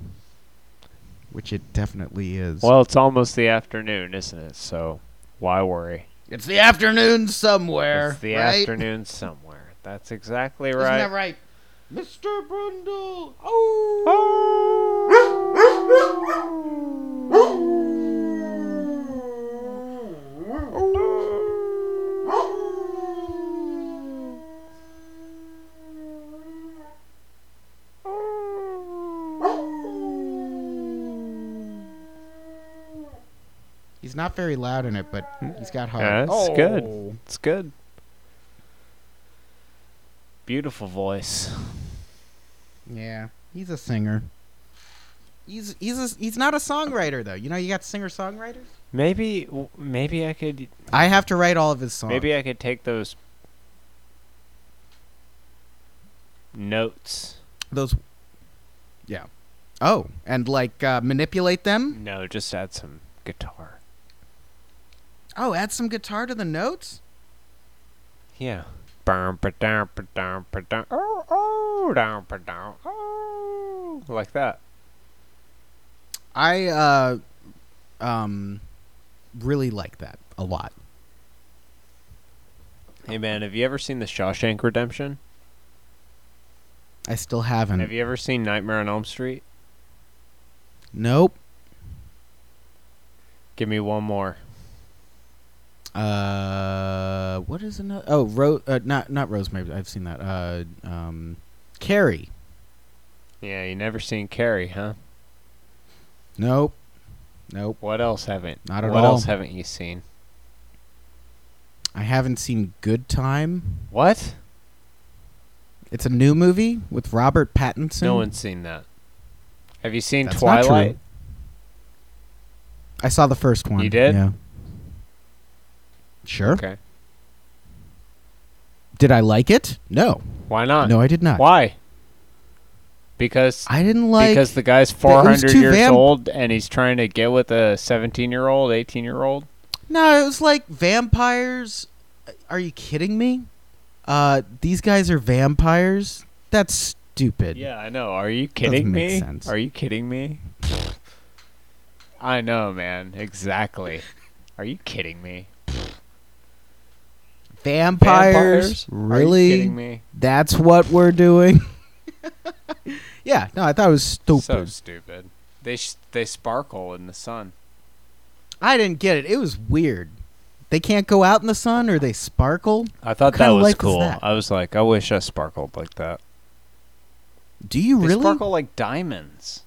which it definitely is. Well, it's almost the afternoon, isn't it? So why worry? it's the afternoon somewhere. It's the right? afternoon somewhere. That's exactly Isn't right. that right? Mr. Brundle. Oh. He's not very loud in it, but he's got heart. Yeah, it's good. It's good. Beautiful voice. Yeah, he's a singer. He's he's a, he's not a songwriter though. You know, you got singer songwriters. Maybe, w- maybe I could, I have to write all of his songs. maybe I could take those notes. Those. Yeah. Oh, and like uh, manipulate them? No, just add some guitar. Oh, add some guitar to the notes? Yeah. Oh, Like that. I uh, um, really like that a lot. Hey man, have you ever seen The Shawshank Redemption? I still haven't. Have you ever seen Nightmare on Elm Street? Nope. Give me one more. Uh, what is another? Oh, Ro- uh, not not Rosemary. I've seen that. Uh, um, Carrie. Yeah, you never seen Carrie, huh? Nope. Nope. What else haven't? Not at what all. else haven't you seen? I haven't seen Good Time. What? It's a new movie with Robert Pattinson. No one's seen that. Have you seen That's not true. Twilight? I saw the first one. You did? Yeah. Sure. Okay. Did I like it? No. Why not? No, I did not. Why? Because I didn't like. because the guy's was 400 too years vamp- old and he's trying to get with a 17 year old, 18 year old. No, it was like vampires. Uh, Are you kidding me? Uh, these guys are vampires. That's stupid. Yeah, I know. Are you kidding make me? sense. Are you kidding me? I know, man. Exactly. Are you kidding me? Vampires. Are Really? you kidding me? That's what we're doing. yeah. No, I thought it was stupid. So stupid. They sh- they sparkle in the sun. I didn't get it. It was weird. They can't go out in the sun, or they sparkle. I thought What kind of life is that? I was like, I wish I sparkled like that. Do you They really? sparkle like diamonds.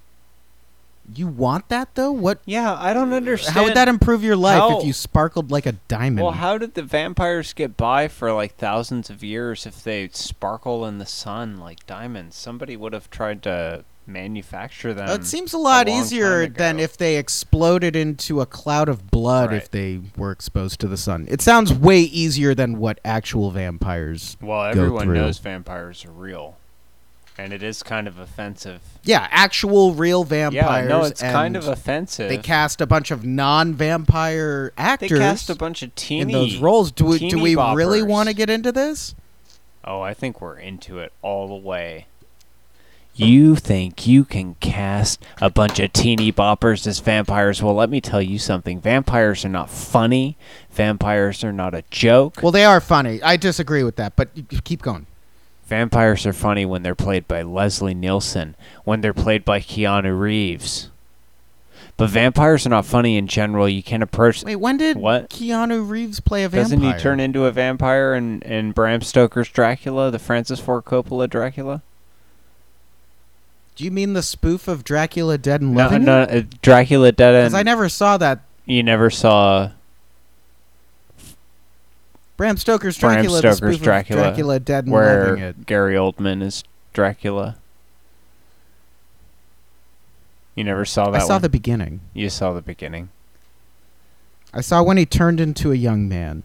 You want that though? What? Yeah, I don't understand. How would that improve your life How- if you sparkled like a diamond? Well, how did the vampires get by for like thousands of years if they sparkle in the sun like diamonds? Somebody would have tried to manufacture them. Uh, it seems a lot Mm. long easier time ago. than if they exploded into a cloud of blood Right. if they were exposed to the sun. It sounds way easier than what actual vampires. Well, everyone through. knows vampires are real, and it is kind of offensive. Yeah, actual real vampires. yeah, no, it's and kind of offensive. They cast a bunch of non-vampire They actors cast a bunch of teeny in those roles. Do we, do teeny we really boppers. want to get into this? Oh, I think we're into it all the way. You think you can cast a bunch of teeny boppers as vampires? Well, let me tell you something. Vampires are not funny. Vampires are not a joke. Well, they are funny. I disagree with that, but y- y- keep going. Vampires are funny when they're played by Leslie Nielsen, when they're played by Keanu Reeves. But vampires are not funny in general. You can't approach. Wait, when did What? Keanu Reeves play a vampire? Doesn't he turn into a vampire in, in Bram Stoker's Dracula, the Francis Ford Coppola Dracula? Do you mean the spoof of Dracula Dead and No, Loving? no, uh, Dracula Dead Because End. I never saw that you never saw Bram Stoker's Bram Dracula. the Stoker's spoof of Dracula, Dracula Dead and Loving where It. Gary Oldman is Dracula. You never saw I that saw one. the beginning. you saw the beginning. I saw when he turned into a young man.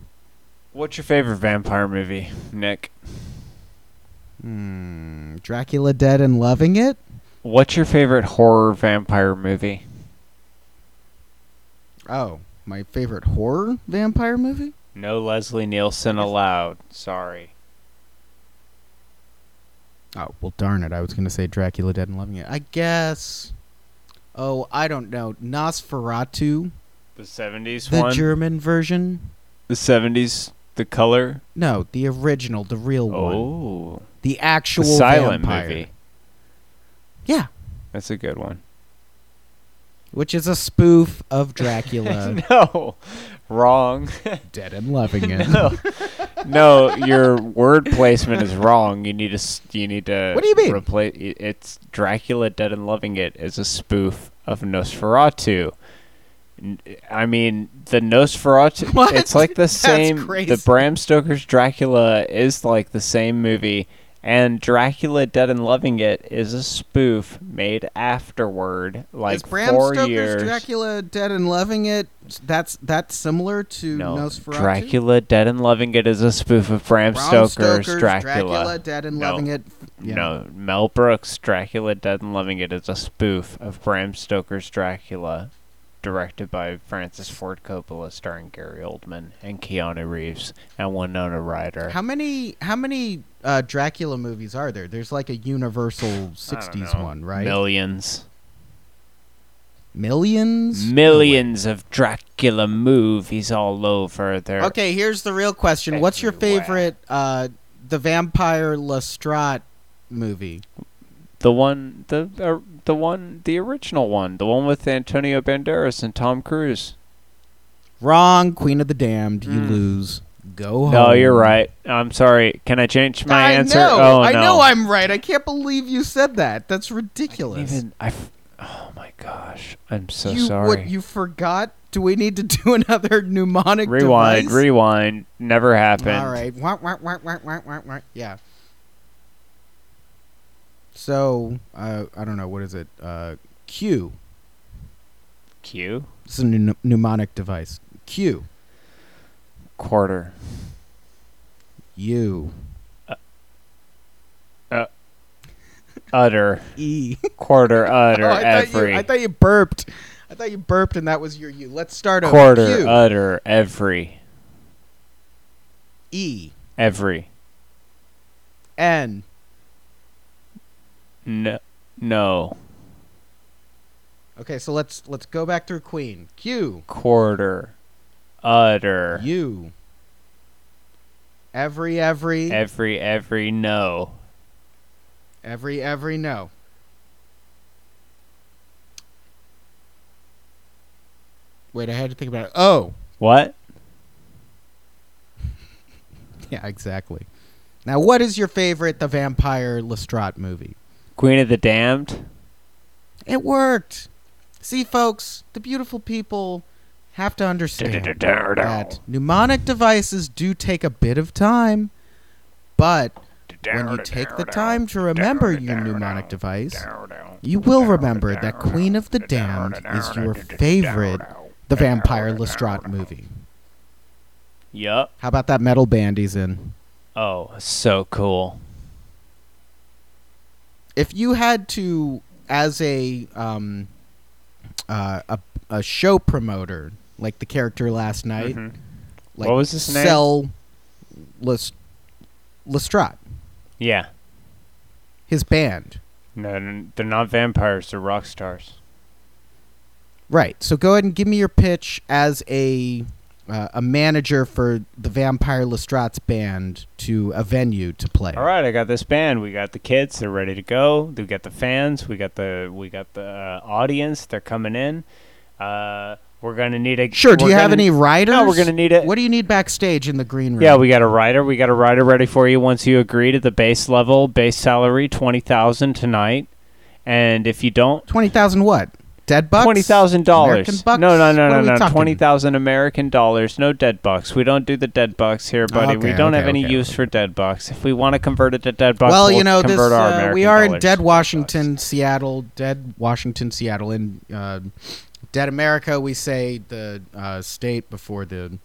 What's your favorite vampire movie, Nick? Hmm. Dracula Dead and Loving It? What's your favorite horror vampire movie? Oh, my favorite horror vampire movie? No Leslie Nielsen allowed. Sorry. Oh, well, darn it. I was going to say Dracula Dead and Loving It. I guess. Oh, I don't know. Nosferatu, The 70s the one? German version? the 70s, The Color? No, the original, the real one. Oh. The The actual silent vampire. movie. Yeah, That's a good one. which is a spoof of Dracula no. Wrong. Dead and Loving It. No, no, your word placement is wrong. You need to. s- You need to. What do you mean? Replace it's Dracula Dead and Loving It is a spoof of Nosferatu. N- I mean the Nosferatu. What? It's like the That's same. crazy. The Bram Stoker's Dracula is like the same movie And Dracula Dead and Loving It is a spoof made afterward, like Is Bram four Stoker's years. Dracula dead and loving it? That's that's similar to no, Nosferatu. Dracula Dead and Loving It is a spoof of Bram, Bram Stoker's, Dracula dead and No. loving it. Yeah. No, Mel Brooks' Dracula Dead and Loving It is a spoof of Bram Stoker's Dracula, directed by Francis Ford Coppola, starring Gary Oldman and Keanu Reeves and Winona Ryder. How many how many uh, Dracula movies are there? There's like a Universal '60s know. one, right? Millions. Millions. Millions of Dracula movies all over there. Okay, here's the real question. What's your Everywhere. favorite uh the vampire Lestat movie? The one, the uh, the one, the original one, the one with Antonio Banderas and Tom Cruise. Wrong, Queen of the Damned, you lose. Go home. Hmm. No, you're right. I'm sorry. Can I change my Oh. I answer? Know, oh I no. know I'm right. I can't believe you said that. That's ridiculous. Even I. f- Oh my gosh! I'm so you sorry. what you forgot? Do we need to do another mnemonic rewind, device? rewind. Never happened. All right. Wah, wah, wah, wah, wah, wah, wah. Yeah. So, uh, I don't know what is it? Uh, Q. Q It's a mne- mnemonic device. Q. quarter. U. Utter E. quarter utter Oh, I thought, every you, I thought you burped. I thought you burped, and that was your U. Let's start over. quarter uh, Q. utter every E. every N. no no Okay, so let's let's go back through Queen. Q. quarter utter U. Every every every every no every every no. Wait, I had to think about it. Oh, what yeah, exactly. Now, what is your favorite The Vampire Lestrade movie? Queen of the Damned It worked. See, folks, the beautiful people have to understand that mnemonic devices do take a bit of time, but when you take the time to remember your mnemonic device, you will remember that Queen of the Damned is your favorite The Vampire Lestrade movie. Yup How about that metal band he's in? oh so cool If you had to, as a um, uh, a, a show promoter, like the character last night, Mhm. like What was his name? Sell Lest- Lestrade, yeah his band. no n- they're not vampires they're rock stars Right. So go ahead and give me your pitch as a uh, a manager for the Vampire Lestrade's band to a venue to play. All right, I got this band. We got the kids. They're ready to go. We got the fans. We got the we got the uh, audience. They're coming in. Uh, we're gonna need a Sure. Do we're you have gonna- any writers? No, we're gonna need it. What do you need backstage in the green room? Yeah, we got a rider. We got a rider ready for you once you agree to the base level, base salary twenty thousand tonight. And if you don't, twenty thousand. What? Dead bucks. twenty thousand dollars. American No, bucks? no, What no, are we no, no. talking? Twenty thousand American dollars. No dead bucks. We don't do the dead bucks here, buddy. we okay, don't okay, have any okay, use for dead bucks. If we want to convert it to dead bucks, well, we'll you know, this, convert our uh, American we are in dollars dead to Washington, Seattle, dead Washington, Seattle. In uh, dead America, we say the uh, state before the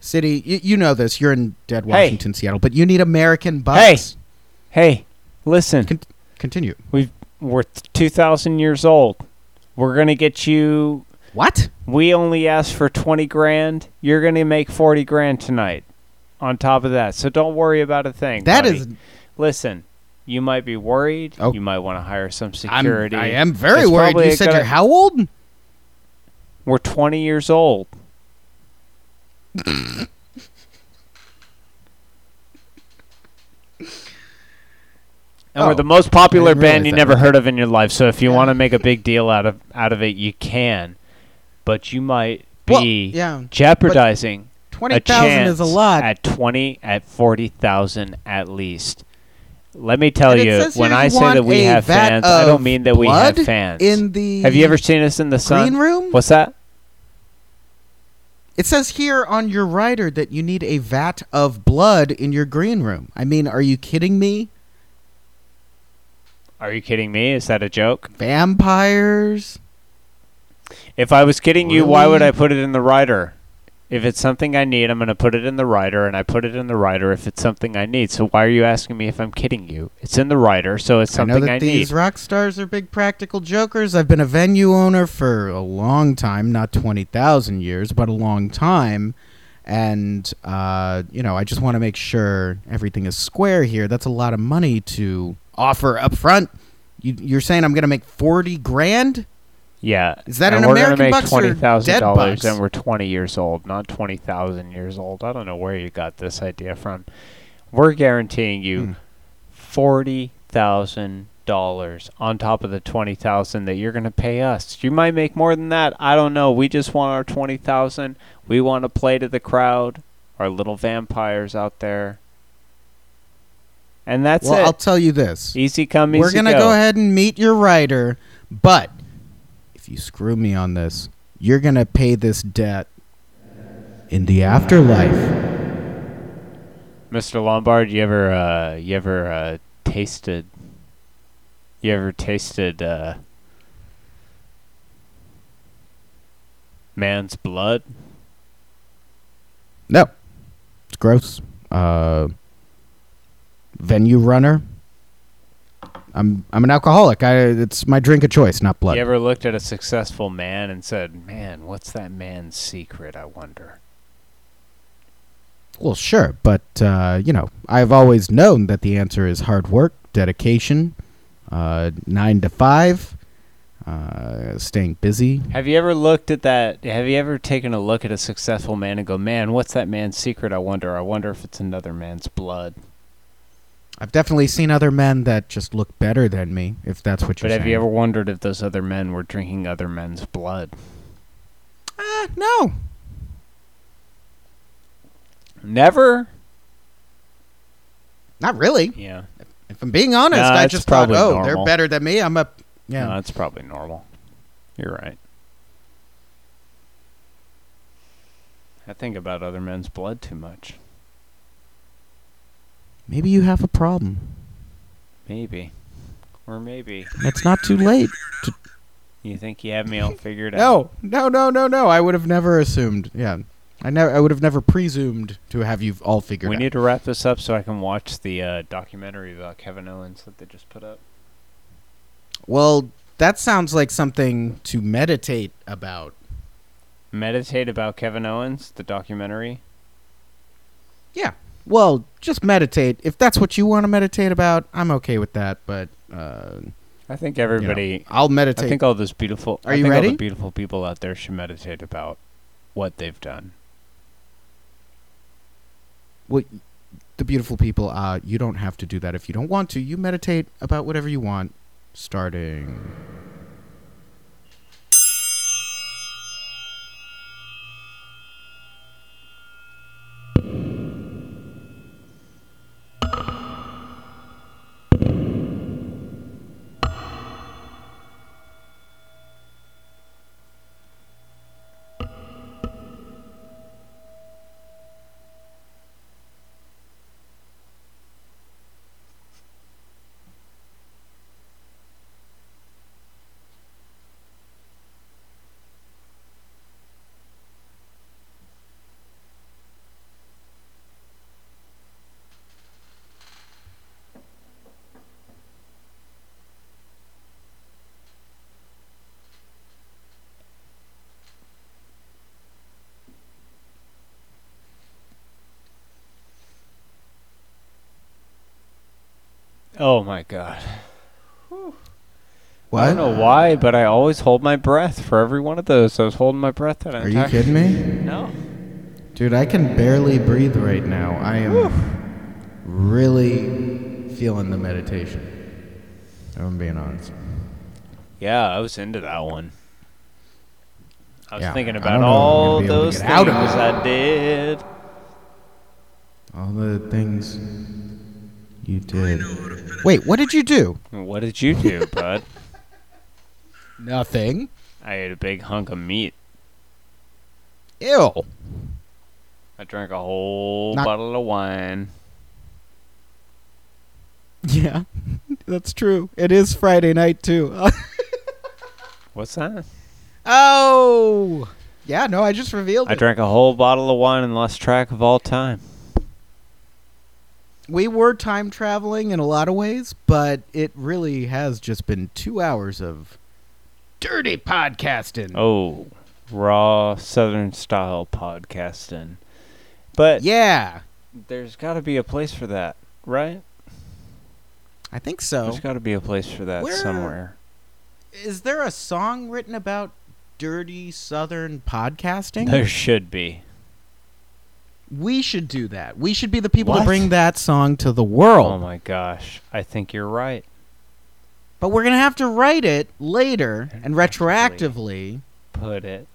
city. You, you know this. You're in dead Hey. Washington, Seattle, but you need American bucks. Hey, listen. Con- continue. We've we're two thousand years old. We're gonna get you. What? We only asked for twenty grand. You're gonna make forty grand tonight. On top of that, so don't worry about a thing. That buddy. is. Listen, you might be worried. Oh. You might want to hire some I'm, security. I am very It's worried. You probably said gonna- you're how old? We're twenty years old. And Oh, we're the most popular didn't band realize you that. never heard of in your life. So if you want to make a big deal out of out of it, you can. But you might Well, be yeah, jeopardizing Twenty a thousand is chance a lot. at twenty at forty thousand at least. Let me tell And it you, says here when you I say want that we a have vat fans, I of don't mean that we have blood fans. in the have you ever seen us in the sun? green room? What's that? It says here on your rider that you need a vat of blood in your green room. I mean, are you kidding me? Are you kidding me? Is that a joke? Vampires? If I was kidding you, why would Really? I put it in the writer? If it's something I need, I'm going to put it in the writer, and I put it in the writer if it's something I need. So why are you asking me if I'm kidding you? It's in the writer, so it's something I know that I these need. rock stars are big practical jokers. I've been a venue owner for a long time, not 20,000 years, but a long time. And, uh, you know, I just want to make sure everything is square here. That's a lot of money to offer up front. You, you're saying I'm going to make 40 grand? yeah. Is that and an we're gonna American make bucks or twenty thousand dead dollars, bucks? and we're twenty years old, not twenty thousand years old. I don't know where you got this idea from. We're guaranteeing you Hmm. forty thousand dollars on top of the twenty thousand that you're going to pay us. You might make more than that. I don't know. We just want our twenty thousand. We want to play to the crowd, our little vampires out there, and that's well, it. I'll tell you this. easy come, We're easy going to go ahead and meet your writer, but if you screw me on this, you're going to pay this debt in the afterlife. Mr. Lombard, you ever uh, you ever uh, tasted you ever tasted uh, man's blood? No. It's gross. Uh, venue runner. I'm I'm an alcoholic. I it's my drink of choice, not blood. You ever looked at a successful man and said, "Man, what's that man's secret? I wonder." Well, sure, but uh, you know, I've always known that the answer is hard work, dedication, uh, nine to five, uh, staying busy. Have you ever looked at that? Have you ever taken a look at a successful man and go, "Man, what's that man's secret? I wonder. I wonder if it's another man's blood." I've definitely seen other men that just look better than me, if that's what you're But saying. have you ever wondered if those other men were drinking other men's blood? Uh, no, Never. not really. Yeah. If I'm being honest, Nah, I it's just thought, probably oh, normal. they're better than me. I'm a yeah. No, that's probably normal. You're right. I think about other men's blood too much. Maybe you have a problem. Maybe. Or maybe. And It's not too late. To, You think you have me all figured out? no, no, no, no, no. I would have never assumed. Yeah, I never. I would have never presumed to have you all figured We out. need to wrap this up so I can watch the uh, documentary about Kevin Owens that they just put up. well, that sounds like something to meditate about. Meditate about Kevin Owens, the documentary. Yeah. Well, just meditate. If that's what you want to meditate about, I'm okay with that. But uh, you know, I think everybody. I'll meditate. I think all those beautiful. Are I you think All ready? the beautiful people out there should meditate about what they've done. well, the beautiful people. Uh, you don't have to do that if you don't want to. You meditate about whatever you want. Starting. Oh my god. I What? don't know why, but I always hold my breath for every one of those. I was holding my breath that Are you entire. kidding me? No. Dude, I can barely breathe right now. I am really feeling the meditation. if I'm being honest. Yeah, I was into that one. I was Yeah, thinking I about don't know if I'm all gonna be able to those get out things of it. I did. All the things you did. Wait, what did you do? What did you do, bud? Nothing. I ate a big hunk of meat. Ew. I drank a whole Not- bottle of wine. Yeah. That's true. It is Friday night too. What's that? oh, yeah. No, I just revealed I it. drank a whole bottle of wine and lost track of all time. we were time traveling in a lot of ways, but it really has just been two hours of dirty podcasting. Oh, raw Southern style podcasting. But yeah, there's got to be a place for that, right? I think so. There's got to be a place for that Oh. Where- somewhere. Is there a song written about dirty Southern podcasting? There should be. We should do that. We should be the people to What? bring that song to the Oh world. my gosh. I think you're right. but we're going to have to write it later and retroactively Put it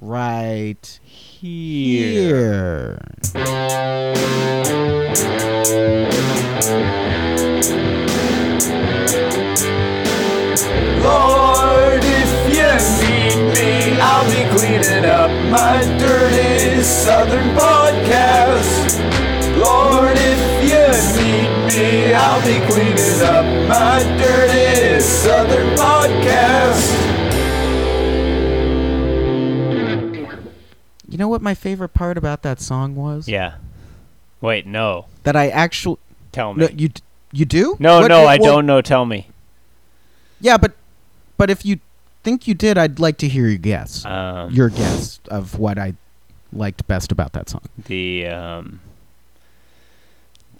right here. here. Lord, if you need me, I'll be cleaning up my dirty southern podcast. Lord, if you need me, I'll be cleaning up my dirty southern podcast. You know what my favorite part about that song was? Yeah. Wait, no. That I actually Tell me. no, you d- you do? No, What- no, I well, don't know. Tell me. Yeah, but but if you think you did, I'd like to hear your guess. Um, your guess of what I liked best about that song. the um,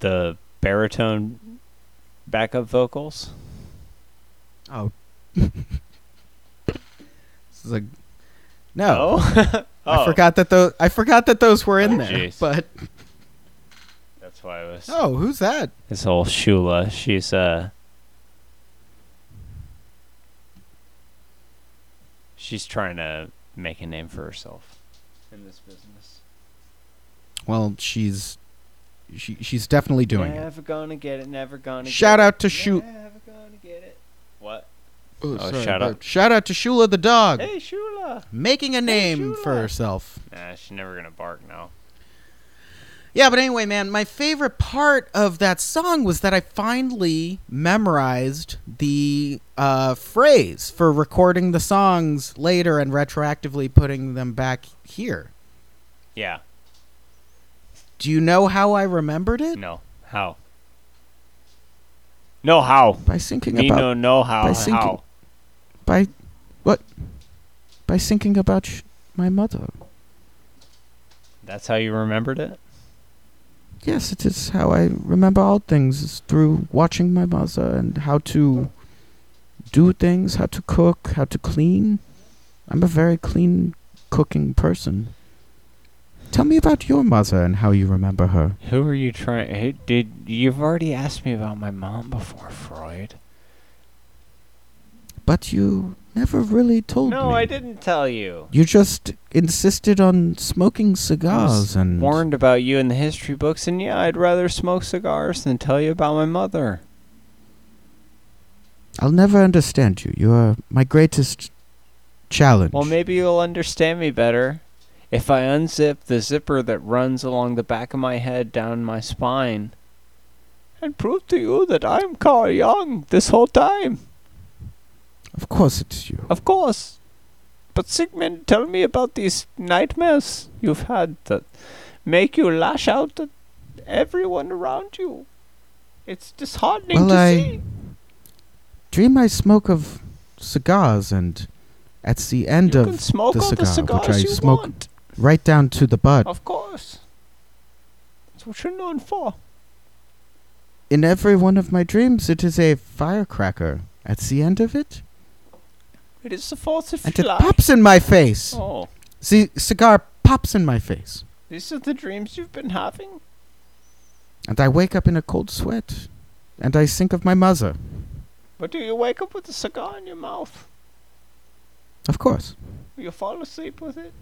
the baritone backup vocals. Oh. this is a no. Oh, I forgot that those I forgot that those were in Oh, there. jeez. But That's why I was. oh, who's that? This whole Shula, she's uh, she's trying to make a name for herself in this business. Well, she's she she's definitely doing it. Never gonna get it. Never gonna. Shout get out to it. Shu- Never gonna get it. What? Oh, shout but out. Shout out to Shula the dog, Hey, Shula. making a name for Shula. herself. Nah, she's never gonna bark now. Yeah, but anyway, man, my favorite part of that song was that I finally memorized the uh, phrase for recording the songs later and retroactively putting them back here. Yeah. Do you know how I remembered it? No. How? No how. By thinking Me about no no how by thinking- how. by what? By thinking about sh- my mother. That's how you remembered it? Yes, it is how I remember all things is through watching my mother and how to do things, how to cook, how to clean. I'm a very clean cooking person. Tell me about your mother and how you remember her. Who are you trying did you've already asked me about my mom before, Freud? But you never really told me. No, I didn't tell you. You just insisted on smoking I was cigars and warned about you in the history books and yeah, I'd rather smoke cigars than tell you about my mother. I'll never understand you. You are my greatest challenge. Well, maybe you'll understand me better if I unzip the zipper that runs along the back of my head down my spine and prove to you that I'm Carl Young this whole time. of course it's you. Of course. But Sigmund, tell me about these nightmares you've had that make you lash out at everyone around you. It's disheartening Well, to I- see. dream I smoke of cigars, and at the end You of can smoke the all the cigar, cigars which I you smoke want. Oh. right down to the bud, Of course. That's what you're known for. in every one of my dreams, it is a firecracker. At the end of it, It is the fourth of and July. it pops in my face. Oh, The cigar pops in my face, these are the dreams you've been having? and I wake up in a cold sweat, and I think of my mother, But do you wake up with a cigar in your mouth? of course. Will you fall asleep with it?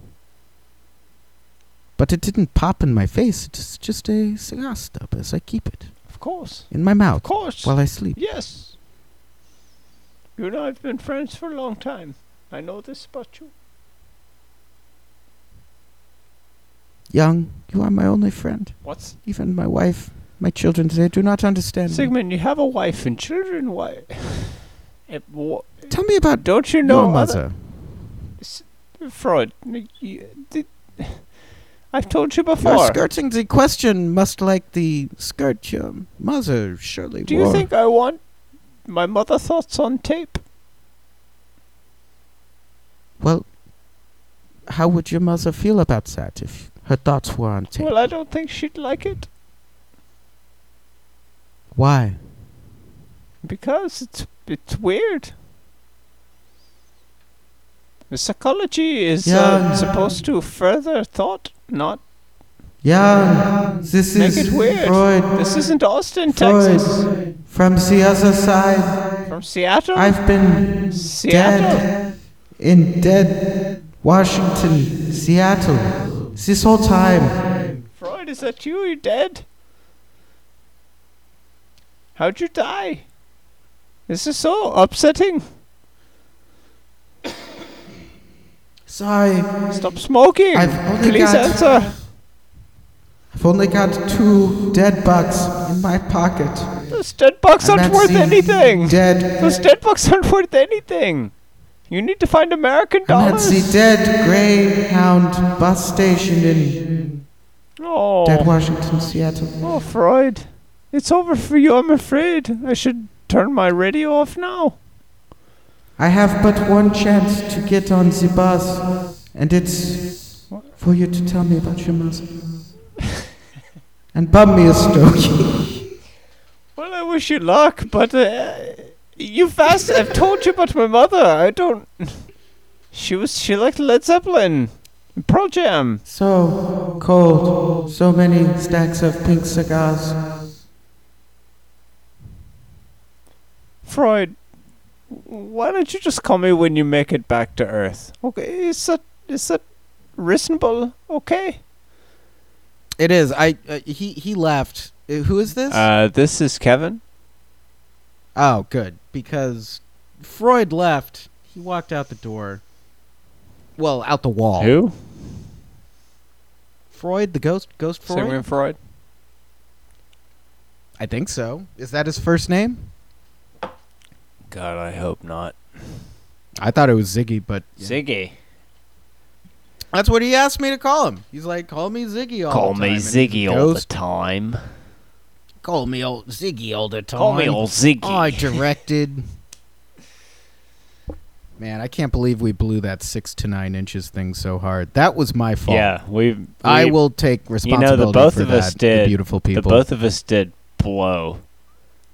But it didn't pop in my face. It's just a cigar stub as I keep it Of course. in my Of mouth course. while I sleep. Yes. You and I have been friends for a long time. I know this about you. Young, you are my only friend, What's even my wife. My children today do not understand. me. Sigmund, you have a wife and children. Why? Eh, wha- Tell me about Don't you your know other- mother. Freud? n- you- did- I've told you For before. skirting the question, must like the skirt your mother surely Do you wore. think I want my mother thoughts on tape? Well, how would your mother feel about that if her thoughts were on tape? Well, I don't think she'd like it Why? because it's it's weird. Psychology is uh, Yeah. supposed to further thought, not Yeah, this make it is weird. Freud. This isn't Austin, Freud. Texas. From the other side, From Seattle? I've been Seattle? dead in dead Washington, Seattle, this whole time. Freud, is that you? You dead? How'd you die? This is so upsetting. Sorry, Stop smoking. I've only Please got- answer. I've only got two dead bucks in my pocket. Those dead bucks And aren't that's worth the anything. Dead. Those dead bucks aren't worth anything. You need to find American I'm at the dollars. dead Greyhound bus station in dead Oh, Washington, Seattle. oh, Freud. It's over for you, I'm afraid. I should turn my radio off now. I have but one chance to get on the bus, and it's for you to tell me about your mother. and bum me a stogie. Well, I wish you luck, but uh, you fast. I've told you about my mother. I don't. She was. She liked Led Zeppelin, Pearl Jam. so cold, so many stacks of pink cigars. Freud, why don't you just call me when you make it back to Earth? Okay, is that is that reasonable? Okay. It is. I uh, he he left. Uh, Who is this? Uh, this is Kevin. oh, good. Because Freud left. He walked out the door. Well, out the wall. Who? Freud, the ghost, ghost Freud. Sigmund Freud. I think so. Is that his first name? God, I hope not. I thought it was Ziggy, but Ziggy. that's what he asked me to call him. He's like, "Call me Ziggy all the time." and he's a ghost. time. Call me old Ziggy all the time. Oh, Ziggy. I directed. Man, I can't believe we blew that six to nine inches thing so hard. That was my fault. yeah, we've. I we- will take You know, responsibility the both for of that, us did. you beautiful people. The both of us did blow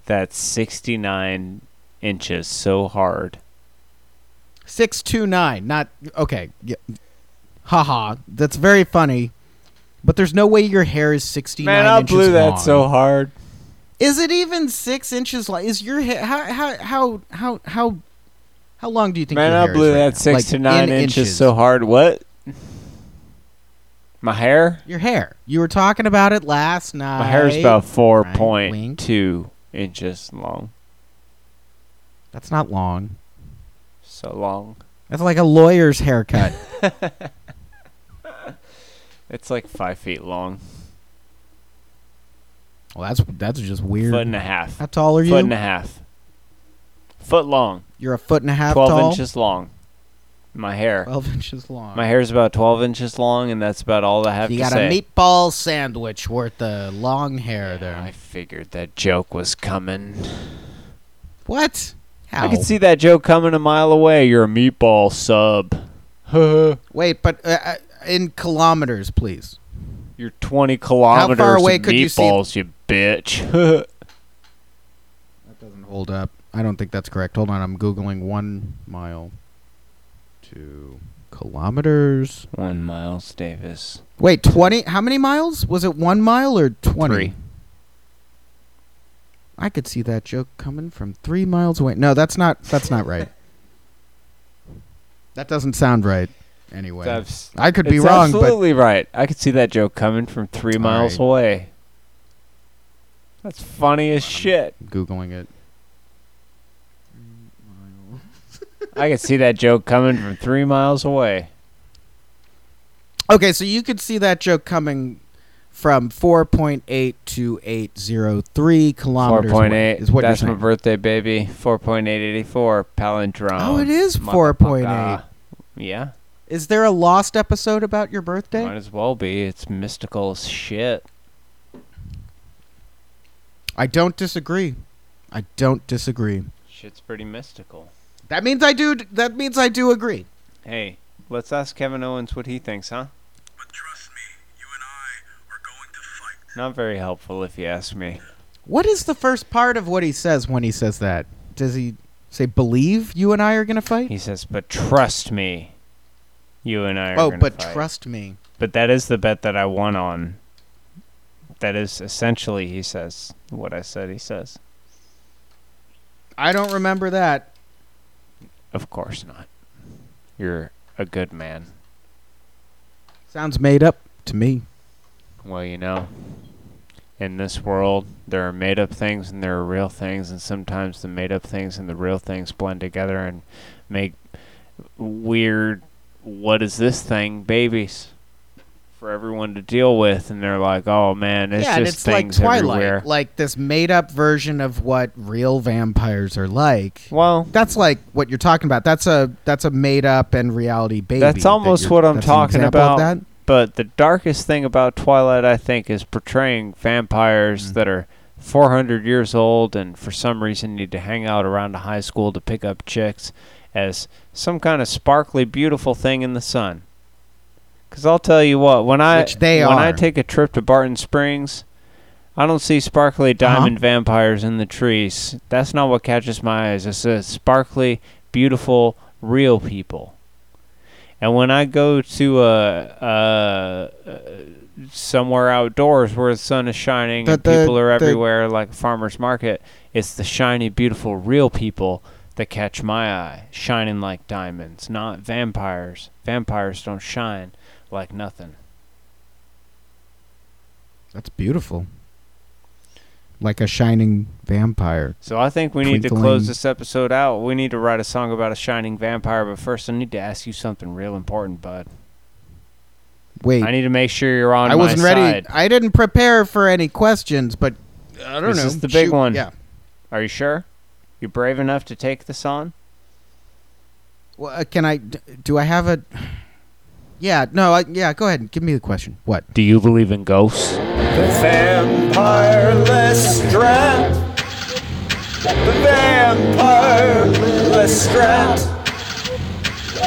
that 69 inches so hard. six to nine, not okay. Yeah. Ha ha. That's very funny, but there's no way your hair is sixty nine. inches long. hard. Is it even six inches long? Is your hair how how how how how how long do you think? Man, your I hair is blew right that now? 6 Like, to 9 in inches, so hard. What? My hair? Your hair. You were talking about it last night. My hair's about Right, wink. 4.2 inches long. That's not long. So long. That's like a lawyer's haircut. It's like 5 feet long. well, that's that's just weird. Foot and a half. How tall are you? Foot and a half. Foot long. You're a foot and a half 12 tall. inches long. My hair. Twelve inches long. My hair's about 12 inches long, and that's about all I have you to got say. a meatball sandwich worth of long hair there. I figured that joke was coming. what? How? I could see that joke coming a mile away. You're a meatball sub. You're Wait, but uh, uh, in kilometers, please. 20 kilometers away in could you see- meatballs, you, bitch. That doesn't hold up. I don't think that's correct. Hold on, I'm googling one mile to kilometers. One Miles Davis. Wait, twenty? How many miles? Was it one mile or twenty? Three. I could see that joke coming from three miles away. No, that's not. That's not right. That doesn't sound right. Anyway, That's- I could be It's wrong, but absolutely right. I could see that joke coming from three miles right. away. That's funny as shit. googling it. I could see that joke coming from three miles away. Okay, so you could see that joke coming from 4.8 to 803 kilometers. away 4.8 is what That's you're my saying. birthday, baby. 4.884 palindrome. Oh, it is 4.8. motherfucker. Yeah, Is there a lost episode about your birthday? might as well be. It's mystical as shit. I don't disagree. I don't disagree. Shit's pretty mystical. That means I do. That means I do agree. Hey, let's ask Kevin Owens what he thinks, huh? Not very helpful, if you ask me. What is the first part of what he says when he says that? Does he say believe you and I are going to fight? He says, "But trust me, you and I are." Oh, gonna but fight." trust me. But that is the bet that I won on. That is essentially, he says, what I said. He says, I don't remember that. "Of course not. You're a good man." Sounds made up to me. Well, you know, in this world, there are made up things and there are real things, and sometimes the made up things and the real things blend together and make weird, what is this thing, babies for everyone to deal with. And they're like, oh man, it's just yeah, and it's like things Twilight, everywhere. like this made up version of what real vampires are like. well, That's like what you're talking about. That's a that's a made up and reality baby. That's that almost you're- what I'm that's an talking example of about. that? But the darkest thing about Twilight, I think, is portraying vampires Mm-hmm. that are 400 years old and for some reason need to hang out around a high school to pick up chicks as some kind of sparkly, beautiful thing in the sun. Because I'll tell you what, when I Which they when I are. take a trip to Barton Springs, I don't see sparkly Uh-huh. diamond vampires in the trees. That's not what catches my eyes. It's a sparkly, beautiful, real people. And when I go to uh, uh, uh, somewhere outdoors where the sun is shining and The- the- people are the- everywhere, like a farmer's market, it's the shiny, beautiful, real people that catch my eye, shining like diamonds, not vampires. Vampires don't shine like nothing. That's beautiful. Like a shining vampire. So I think we need to close Twinkling. this episode out. We need to write a song about a shining vampire, but first I need to ask you something real important, bud. Wait, I need to make sure you're on my I wasn't ready. side. I didn't prepare for any questions, but I don't This know. is the big Shoot, one. Yeah. Are you sure? You brave enough to take this on? Well, uh, can I? d- Do I have a? Yeah. No. I, yeah. Go ahead. and Give me the question. What? Do you believe in ghosts? The vampire Lestrade. The vampire Lestrade.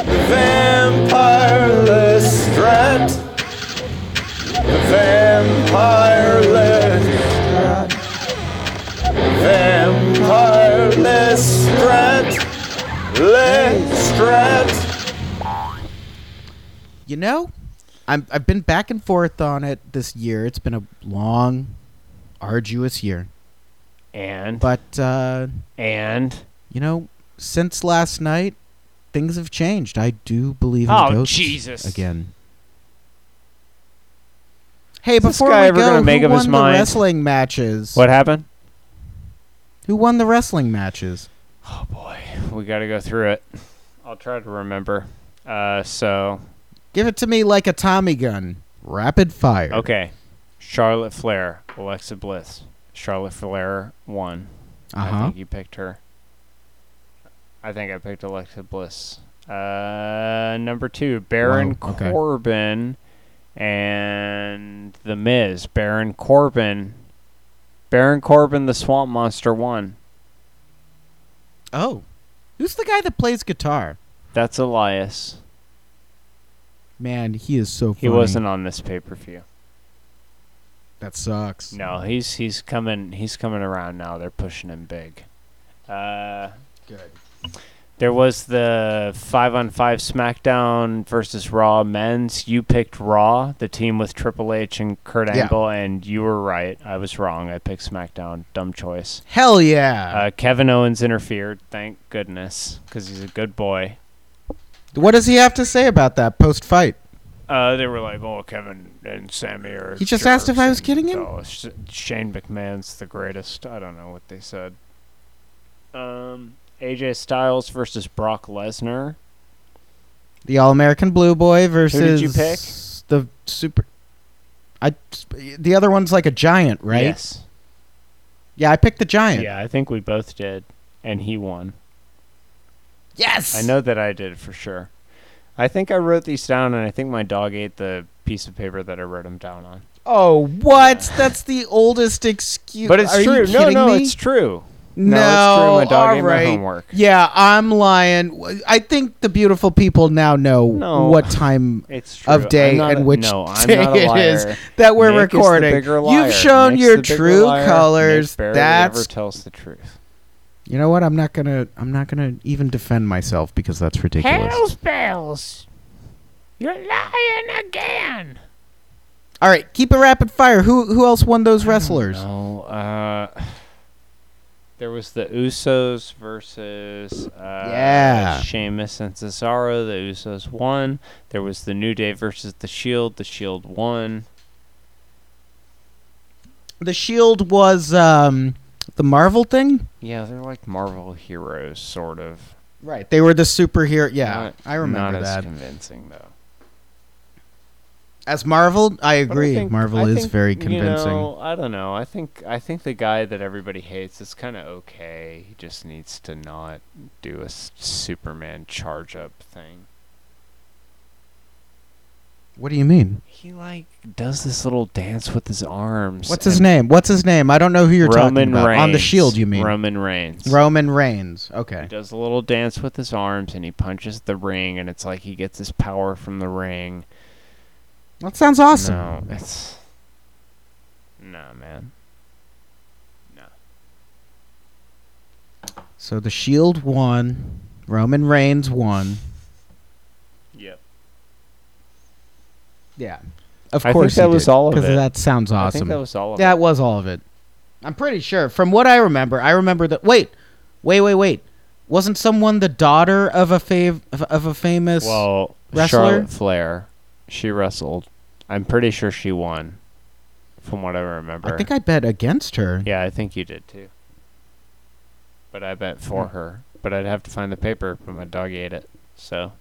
The vampire Lestrade. The vampire Lestrade. Vampire Lestrade. Lestrade. You know, I'm, I've been back and forth on it this year. It's been a long, arduous year, And but uh, and you know, since last night, things have changed. I do believe in Oh, ghosts Jesus. again. Hey, this before guy we ever go, gonna make who up won his the mind? wrestling matches? what happened? Who won the wrestling matches? Oh boy, we got to go through it. I'll try to remember. Uh, so Give it to me like a Tommy gun, rapid fire. okay, Charlotte Flair, Alexa Bliss. Charlotte Flair won. Uh I huh. think you picked her. I think I picked Alexa Bliss. Uh, number two, Baron Wow, okay. Corbin and The Miz. Baron Corbin. Baron Corbin, the Swamp Monster, won. Oh, who's the guy that plays guitar? That's Elias. Man, he is so. Funny. He wasn't on this pay per view. That sucks. No, he's he's coming he's coming around now. They're pushing him big. Uh, Good. there was the five on five SmackDown versus Raw men's. You picked Raw, the team with Triple H and Kurt Yeah. Angle, and you were right. I was wrong. I picked SmackDown. Dumb choice. Hell yeah! Uh, Kevin Owens interfered. Thank goodness, because he's a good boy. what does he have to say about that post fight? Uh, they were like, "Oh, Kevin and Sammy are." He just asked if jerks I was and, kidding him? "Oh, Sh- Shane McMahon's the greatest. I don't know what they said. Um, AJ Styles versus Brock Lesnar. The All American Blue Boy versus you pick? the Super. I the other one's like a giant, right? Yes. Yeah, I picked the giant. Yeah, I think we both did, and he won. Yes. I know that I did for sure. I think I wrote these down, and I think my dog ate the piece of paper that I wrote them down on. Oh, what? That's the oldest excuse. But it's Are you true. No, kidding no, me? it's true. No, No, it's true. My dog all ate my right. homework. Yeah, I'm lying. W- I think the beautiful people now know No. what time It's true. of day I'm not and a- which no, I'm day not a it is liar. that we're Nick is the recording. bigger liar. You've shown Nick's your the bigger true liar. colors. Nick barely That's ever tells the truth. you know what? I'm not gonna. I'm not gonna even defend myself because that's ridiculous. bells, you're lying again. All right, keep it rapid fire. Who who else won those wrestlers? No, uh, there was the Usos versus uh, Yeah. Sheamus and Cesaro. The Usos won. There was the New Day versus the Shield. The Shield won. The Shield was um the Marvel thing. Yeah, they're like Marvel heroes, sort of. Right, they were the superhero. Yeah, Not- I remember not that. as convincing though. As Marvel, I But I agree. think- Marvel I is think, very you convincing. know, I don't know. I think I think the guy that everybody hates is kind of okay. He just needs to not do a s- Superman charge up thing. What do you mean? He like does this little dance with his arms. What's his name? What's his name? I don't know who you're Roman talking about. Reigns. On the Shield, you mean? Roman Reigns. Roman Reigns. he Okay. does a little dance with his arms and he punches the ring and it's like he gets his power from the ring. That sounds awesome. No, it's Nah, man. So the Shield won. Roman Reigns won. Yep. Yeah. Of I think course. that was all of Because it. that sounds I awesome. think that was all of it. That was all of it. I'm pretty sure. From what I remember, I remember that. Wait, wait, wait, wait. Wasn't someone the daughter of a fav of- of a famous? Well, wrestler? Charlotte Flair, she wrestled. I'm pretty sure she won, from what I remember. I think I bet against her. yeah, I think you did too. But I bet for her. But I'd have to find the paper, but my dog ate it. So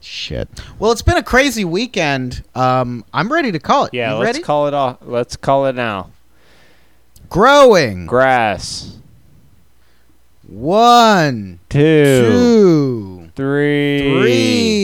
Shit. Well, it's been a crazy weekend. Um, I'm ready to call it. yeah, You let's ready? call it off. Let's call it now. Growing. Grass. One, Two, two, three. three.